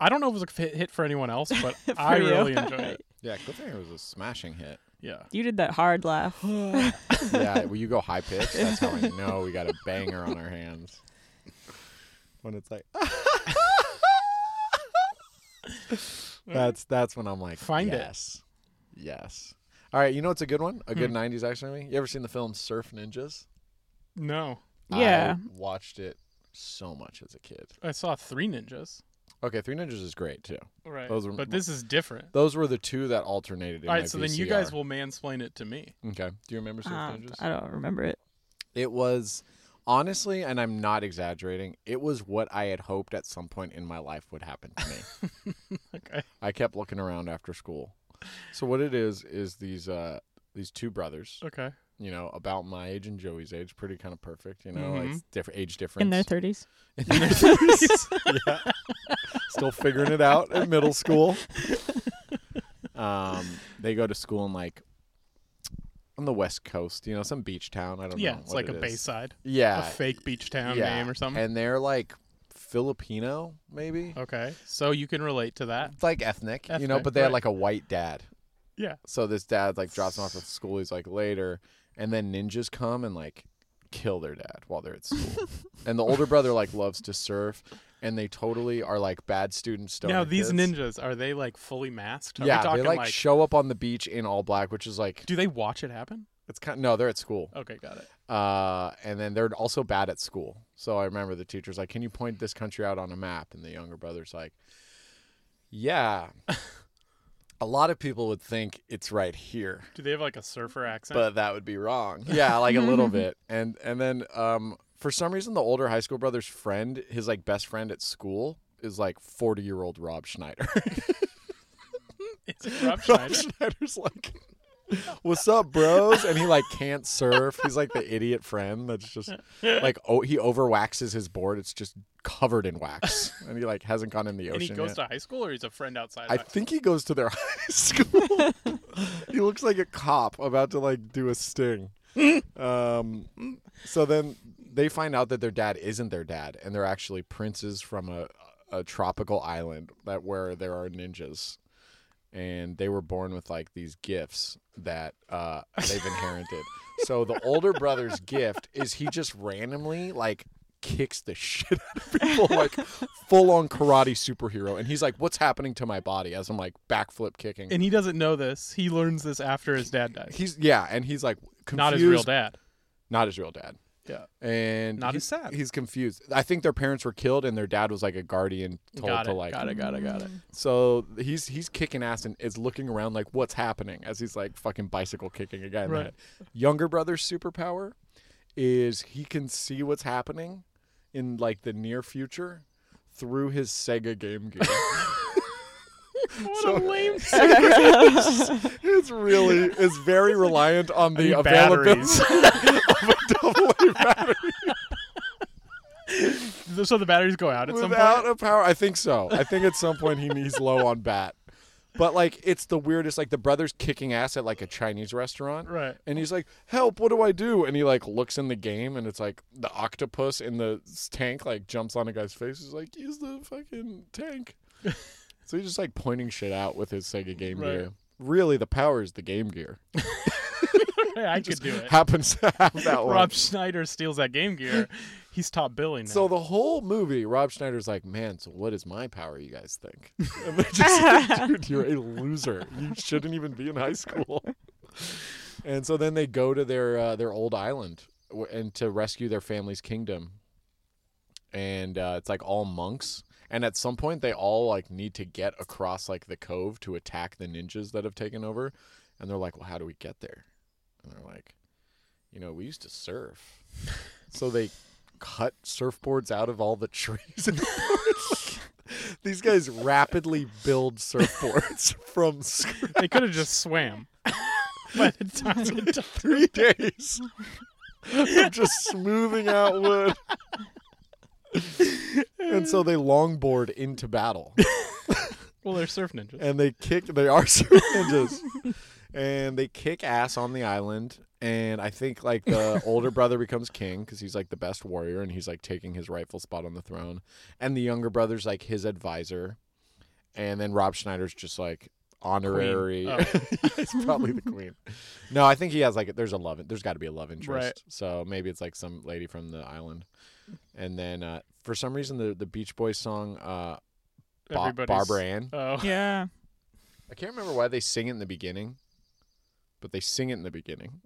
[SPEAKER 2] I don't know if it was a hit- hit for anyone else, but I
[SPEAKER 3] you.
[SPEAKER 2] really enjoyed it.
[SPEAKER 1] yeah, Cliffhanger was a smashing hit.
[SPEAKER 2] Yeah.
[SPEAKER 3] You did that hard laugh.
[SPEAKER 1] yeah, when you go high pitched, that's how I know we got a banger on our hands. When it's like that's that's when I'm like
[SPEAKER 2] Find it.
[SPEAKER 1] yes. it. Yes. All right, you know what's a good one? A
[SPEAKER 2] Hmm.
[SPEAKER 1] good 90s action movie? You ever seen the film Surf Ninjas?
[SPEAKER 2] No,
[SPEAKER 3] Yeah.
[SPEAKER 1] I watched it so much as a kid.
[SPEAKER 2] I saw Three Ninjas.
[SPEAKER 1] Okay, Three Ninjas is great too.
[SPEAKER 2] Right,
[SPEAKER 1] Those were-
[SPEAKER 2] but this is different.
[SPEAKER 1] Those were the two that alternated. In
[SPEAKER 2] All
[SPEAKER 1] my
[SPEAKER 2] right, so then you
[SPEAKER 1] VCR.
[SPEAKER 2] guys Ah, will mansplain it to me.
[SPEAKER 1] Okay. Do you remember Surf
[SPEAKER 3] Um,
[SPEAKER 1] Ninjas?
[SPEAKER 3] I don't remember it.
[SPEAKER 1] It was honestly, and I'm not exaggerating, it was what I had hoped at some point in my life would happen to me.
[SPEAKER 2] Okay.
[SPEAKER 1] I kept looking around after school. So what it is is these uh these two brothers,
[SPEAKER 2] Okay.
[SPEAKER 1] you know, about my age and Joey's age, pretty kind of perfect, you know,
[SPEAKER 2] Mhm.
[SPEAKER 1] it's diff- age difference.
[SPEAKER 3] In their 30s.
[SPEAKER 1] In their 30s. yeah. Still figuring it out in middle school. Um, they go to school in like on the west coast, you know, some beach town. I don't know.
[SPEAKER 2] Yeah, it's
[SPEAKER 1] what
[SPEAKER 2] like
[SPEAKER 1] it
[SPEAKER 2] a
[SPEAKER 1] is.
[SPEAKER 2] Bayside,
[SPEAKER 1] Yeah,
[SPEAKER 2] a fake beach town
[SPEAKER 1] yeah.
[SPEAKER 2] name or something.
[SPEAKER 1] And they're like Filipino, maybe.
[SPEAKER 2] okay, so you can relate to that.
[SPEAKER 1] It's like ethnic, you know,
[SPEAKER 2] Ethnic,
[SPEAKER 1] but they had
[SPEAKER 2] right.
[SPEAKER 1] like a white dad.
[SPEAKER 2] Yeah.
[SPEAKER 1] So this dad like drops him off at school. He's like later, and then ninjas come and like kill their dad while they're at school. and the older brother like loves to surf, and they totally are like bad student stoner.
[SPEAKER 2] now these
[SPEAKER 1] kids.
[SPEAKER 2] ninjas are they like fully masked? Are we
[SPEAKER 1] yeah,
[SPEAKER 2] talking
[SPEAKER 1] they like, show up on the beach in all black, which is like
[SPEAKER 2] do they watch it happen?
[SPEAKER 1] it's kind. No, they're at school.
[SPEAKER 2] Okay, got it.
[SPEAKER 1] Uh, and then they're also bad at school. So I remember the teacher's like, "Can you point this country out on a map?" And the younger brother's like, "Yeah." a lot of people would think it's right here,
[SPEAKER 2] Do they have like a surfer accent?
[SPEAKER 1] but that would be wrong. Yeah, like a little bit. And and then um for some reason the older high school brother's friend, his like best friend at school is like 40-year-old Rob Schneider.
[SPEAKER 2] it's a Rob
[SPEAKER 1] Rob
[SPEAKER 2] Schneider.
[SPEAKER 1] Schneider's like, "What's up, bros?" And he like can't surf. He's like the idiot friend that's just like oh he overwaxes his board. It's just covered in wax, and he like hasn't gone in the
[SPEAKER 2] and
[SPEAKER 1] ocean.
[SPEAKER 2] he
[SPEAKER 1] yet.
[SPEAKER 2] goes to high school, or he's a friend outside.
[SPEAKER 1] I
[SPEAKER 2] of high school?
[SPEAKER 1] think he goes to their high school. he looks like a cop about to like do a sting. um, so then they find out that their dad isn't their dad, and they're actually princes from a, a tropical island that where there are ninjas, and they were born with like these gifts that uh, they've inherited. so the older brother's gift is he just randomly like kicks the shit out of people like full on karate superhero. And he's like, "What's happening to my body?" As I'm like backflip kicking.
[SPEAKER 2] And he doesn't know this. He learns this after his dad dies.
[SPEAKER 1] he's yeah, and he's like confused.
[SPEAKER 2] Not his real dad.
[SPEAKER 1] Not his real dad.
[SPEAKER 2] Yeah.
[SPEAKER 1] And
[SPEAKER 2] Not
[SPEAKER 1] he-
[SPEAKER 2] his dad.
[SPEAKER 1] He's confused. I think their parents were killed, and their dad was like a guardian told
[SPEAKER 2] Got
[SPEAKER 1] to
[SPEAKER 2] it,
[SPEAKER 1] like
[SPEAKER 2] got it. Got it. Got it.
[SPEAKER 1] So he's he's kicking ass and is looking around like what's happening as he's like fucking bicycle kicking a guy in
[SPEAKER 2] Right.
[SPEAKER 1] the head. Younger brother's superpower is he can see what's happening in like the near future through his Sega Game Gear.
[SPEAKER 2] What
[SPEAKER 1] So-
[SPEAKER 2] a lame.
[SPEAKER 1] it's really it's very reliant on the
[SPEAKER 2] need
[SPEAKER 1] availability
[SPEAKER 2] batteries.
[SPEAKER 1] of a double A battery.
[SPEAKER 2] so the batteries go out at some
[SPEAKER 1] Without
[SPEAKER 2] point.
[SPEAKER 1] a power, I think so. I think at some point he he's low on bat. But like it's the weirdest. Like the brother's kicking ass at like a Chinese restaurant,
[SPEAKER 2] Right.
[SPEAKER 1] and he's like, "Help! What do I do?" And he like looks in the game, and it's like the octopus in the s- tank like jumps on a guy's face. He's like, "Use the fucking tank." so he's just like pointing shit out with his Sega Game
[SPEAKER 2] Right.
[SPEAKER 1] Gear. Really, the power is the Game Gear.
[SPEAKER 2] Hey, I could do it.
[SPEAKER 1] Happens to have that one.
[SPEAKER 2] Rob Schneider steals that Game Gear. He's top billing now.
[SPEAKER 1] So the whole movie, Rob Schneider's like, "Man, so what is my power? You guys think?" And they're just like, "Dude, you're a loser. You shouldn't even be in high school." And so then they go to their uh, their old island w- and to rescue their family's kingdom. And uh, it's like all monks. And at some point, they all like need to get across like the cove to attack the ninjas that have taken over. And they're like, "Well, how do we get there?" And they're like, "You know, we used to surf." so they cut surfboards out of all the trees in the forest. These guys rapidly build surfboards from scr-
[SPEAKER 2] they could have just swam. By the time it died.
[SPEAKER 1] three days of just smoothing out wood. And so they longboard into battle.
[SPEAKER 2] Well, they're surf ninjas.
[SPEAKER 1] and they kick they are super ninjas and they kick ass on the island and i think like the older brother becomes king because he's like the best warrior and he's like taking his rightful spot on the throne and the younger brother's like his advisor and then rob schneider's just like honorary
[SPEAKER 2] Oh.
[SPEAKER 1] he's probably the queen no i think he has like there's a love there's got to be a love interest
[SPEAKER 2] Right.
[SPEAKER 1] so maybe it's like some lady from the island and then uh, for some reason the, the beach boys song uh, ba-
[SPEAKER 2] Everybody's-
[SPEAKER 1] barbara ann
[SPEAKER 2] Oh,
[SPEAKER 3] yeah.
[SPEAKER 1] I can't remember why they sing it in the beginning, but they sing it in the beginning.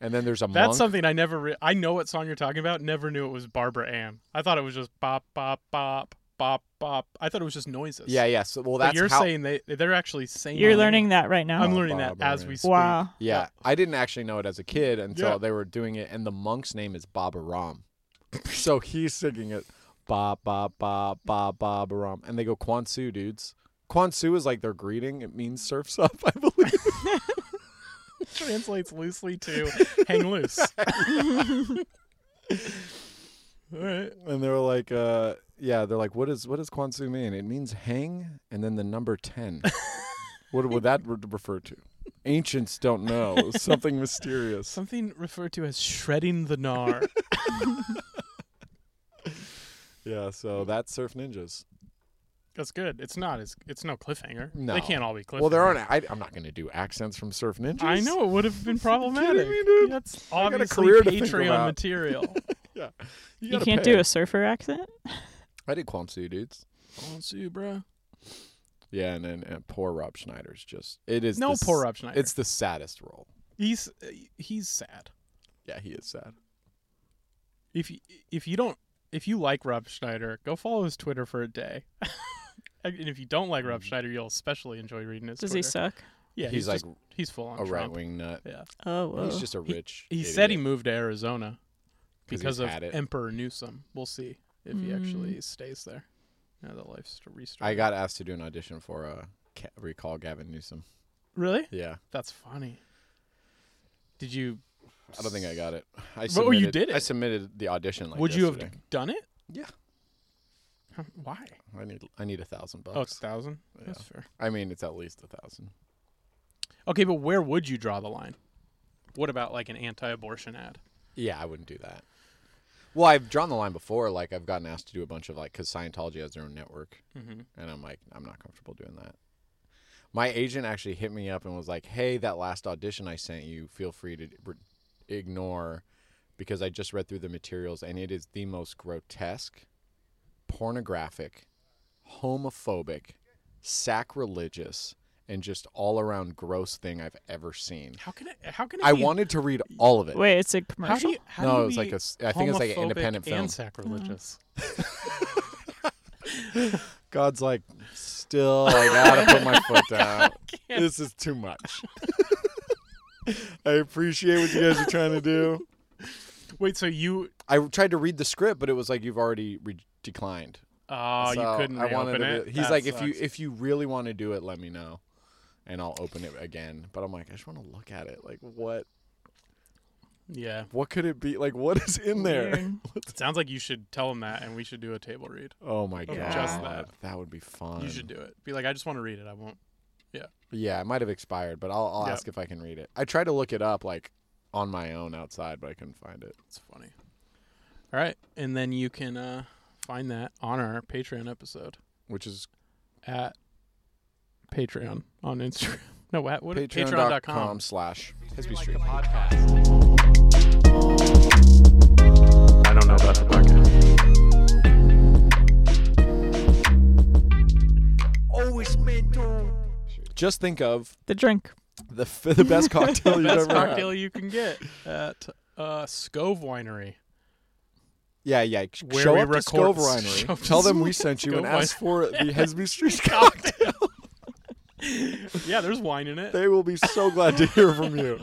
[SPEAKER 1] And then there's a
[SPEAKER 2] that's
[SPEAKER 1] monk.
[SPEAKER 2] something I never. Re- I know what song you're talking about. Never knew it was Barbara Ann. I thought it was just bop bop bop bop bop. I thought it was just noises.
[SPEAKER 1] yeah, yeah. So, well,
[SPEAKER 2] But
[SPEAKER 1] that's
[SPEAKER 2] you're
[SPEAKER 1] how. Oh,
[SPEAKER 2] saying they they're actually saying.
[SPEAKER 3] You're
[SPEAKER 2] it.
[SPEAKER 3] learning that right now.
[SPEAKER 2] I'm learning that
[SPEAKER 1] Barbara
[SPEAKER 2] as
[SPEAKER 1] Ann.
[SPEAKER 2] we speak.
[SPEAKER 3] wow.
[SPEAKER 1] yeah, I didn't actually know it as a kid until
[SPEAKER 2] Yeah.
[SPEAKER 1] they were doing it, and the monk's name is Baba Ram, so he's singing it, ba ba ba ba ba ba Ram, and they go Quan Su dudes. Quan Su is like their greeting; it means surfs up, I believe.
[SPEAKER 2] Translates loosely to hang loose. All right.
[SPEAKER 1] and they were like, uh, yeah, they're like, what is what does Quan Su mean? It means hang and then the number ten. what would that re- refer to? Ancients don't know. Something mysterious.
[SPEAKER 2] Something referred to as shredding the gnar.
[SPEAKER 1] Yeah, so that's Surf Ninjas.
[SPEAKER 2] That's good. It's not. It's it's no cliffhanger.
[SPEAKER 1] No.
[SPEAKER 2] They can't all be cliffhangers.
[SPEAKER 1] Well, there aren't. I, I'm not going to do accents from Surf Ninjas.
[SPEAKER 2] I know it would have been problematic.
[SPEAKER 1] kidding me, dude?
[SPEAKER 2] That's
[SPEAKER 1] I got a
[SPEAKER 2] obviously
[SPEAKER 1] career to think
[SPEAKER 2] Patreon
[SPEAKER 1] about.
[SPEAKER 2] material.
[SPEAKER 3] You can't do a surfer accent?
[SPEAKER 1] I did Quan Su dudes.
[SPEAKER 2] Don't sue, bro.
[SPEAKER 1] Yeah, and then and poor Rob Schneider's just. It is
[SPEAKER 2] No
[SPEAKER 1] the s-
[SPEAKER 2] poor Rob Schneider.
[SPEAKER 1] It's the saddest role.
[SPEAKER 2] he's uh, he's sad.
[SPEAKER 1] Yeah, he is sad.
[SPEAKER 2] If you, if you don't if you like Rob Schneider, go follow his Twitter for a day. and if you don't like Rob
[SPEAKER 1] Mm.
[SPEAKER 2] Schneider, you'll especially enjoy reading his.
[SPEAKER 3] Does he
[SPEAKER 2] Twitter.
[SPEAKER 3] suck?
[SPEAKER 2] Yeah,
[SPEAKER 1] He's
[SPEAKER 2] he's,
[SPEAKER 1] like
[SPEAKER 2] just- he's full on
[SPEAKER 1] a right
[SPEAKER 2] Trump.
[SPEAKER 1] wing nut.
[SPEAKER 2] Yeah,
[SPEAKER 3] Oh, whoa.
[SPEAKER 1] He's just a rich.
[SPEAKER 2] he said he
[SPEAKER 1] idiot.
[SPEAKER 2] moved to Arizona
[SPEAKER 1] 'Cause he's
[SPEAKER 2] because of
[SPEAKER 1] had it.
[SPEAKER 2] Emperor Newsom. We'll see if he
[SPEAKER 3] Mm.
[SPEAKER 2] actually stays there. Now that life's restored.
[SPEAKER 1] I got asked to do an audition for uh, Ca- recall Gavin Newsom.
[SPEAKER 2] really.
[SPEAKER 1] Yeah.
[SPEAKER 2] That's funny. Did you?
[SPEAKER 1] I don't think I got it. I
[SPEAKER 2] But- oh, you
[SPEAKER 1] submitted-
[SPEAKER 2] did it.
[SPEAKER 1] I submitted the audition. Like
[SPEAKER 2] would you
[SPEAKER 1] yesterday.
[SPEAKER 2] have done it?
[SPEAKER 1] Yeah.
[SPEAKER 2] Huh, Why?
[SPEAKER 1] I need. I need a thousand
[SPEAKER 2] Oh, it's
[SPEAKER 1] bucks.
[SPEAKER 2] a thousand.
[SPEAKER 1] Yeah.
[SPEAKER 2] That's fair.
[SPEAKER 1] I mean, it's at least a thousand.
[SPEAKER 2] Okay, but where would you draw the line? What about like an anti-abortion ad?
[SPEAKER 1] Yeah, I wouldn't do that. Well, I've drawn the line before. Like, I've gotten asked to do a bunch of like, because Scientology has their own network,
[SPEAKER 2] Mm-hmm.
[SPEAKER 1] and I'm like, I'm not comfortable doing that. My agent actually hit me up and was like, "Hey, that last audition I sent you, feel free to re- ignore because I just read through the materials and it is the most grotesque, pornographic, homophobic, sacrilegious, and just all around gross thing I've ever seen.
[SPEAKER 2] How can it? How can it?
[SPEAKER 1] I
[SPEAKER 2] be,
[SPEAKER 1] wanted to read all of it.
[SPEAKER 3] Wait, it's a
[SPEAKER 2] How do
[SPEAKER 3] commercial.
[SPEAKER 2] you? How
[SPEAKER 1] no,
[SPEAKER 2] do you
[SPEAKER 1] it was like
[SPEAKER 2] be Mm-hmm.
[SPEAKER 1] a s- I think it was like an
[SPEAKER 2] homophobic
[SPEAKER 1] independent film.
[SPEAKER 2] and sacrilegious.
[SPEAKER 1] God's like, still, I gotta put my foot down. This is too much. I appreciate what you guys are trying to do.
[SPEAKER 2] Wait, so you?
[SPEAKER 1] I tried to read the script, but it was like you've already re- declined.
[SPEAKER 2] Oh,
[SPEAKER 1] So
[SPEAKER 2] you couldn't
[SPEAKER 1] I wanted to
[SPEAKER 2] reopen it.
[SPEAKER 1] be- He's
[SPEAKER 2] That
[SPEAKER 1] like, if you
[SPEAKER 2] sucks.
[SPEAKER 1] if you really want to do it, let me know, and I'll open it again. But I'm like, I just want to look at it. Like, what
[SPEAKER 2] yeah,
[SPEAKER 1] what could it be? Like, what is in there?
[SPEAKER 3] Weird.
[SPEAKER 2] it sounds like you should tell him that, and we should do a table read.
[SPEAKER 1] Oh my god,
[SPEAKER 3] Yeah. Just
[SPEAKER 2] that.
[SPEAKER 1] would be fun.
[SPEAKER 2] You should do it. Be like, I just want to read it. I won't.
[SPEAKER 1] Yeah, it might have expired, but I'll, I'll
[SPEAKER 2] Yeah.
[SPEAKER 1] ask if I can read it. I tried to look it up like on my own outside, but I couldn't find it.
[SPEAKER 2] It's funny. All right, and then you can uh, find that on our Patreon episode
[SPEAKER 1] Which is
[SPEAKER 2] at Patreon on Instagram. No, at what?
[SPEAKER 1] patreon.com slash Hesby Street.
[SPEAKER 2] I don't know about the podcast.
[SPEAKER 1] Just think of
[SPEAKER 3] The drink.
[SPEAKER 1] the f- the best cocktail you've
[SPEAKER 2] Best
[SPEAKER 1] ever had.
[SPEAKER 2] cocktail you can get at uh, Scove Winery.
[SPEAKER 1] Yeah, yeah.
[SPEAKER 2] Where
[SPEAKER 1] Show
[SPEAKER 2] we
[SPEAKER 1] up to
[SPEAKER 2] record-
[SPEAKER 1] Scove
[SPEAKER 2] show up
[SPEAKER 1] Winery.
[SPEAKER 2] to
[SPEAKER 1] Tell them we sent you and
[SPEAKER 2] Scove
[SPEAKER 1] ask for the Hesby Street cocktail.
[SPEAKER 2] Yeah, there's wine in it.
[SPEAKER 1] They will be so glad to hear from you.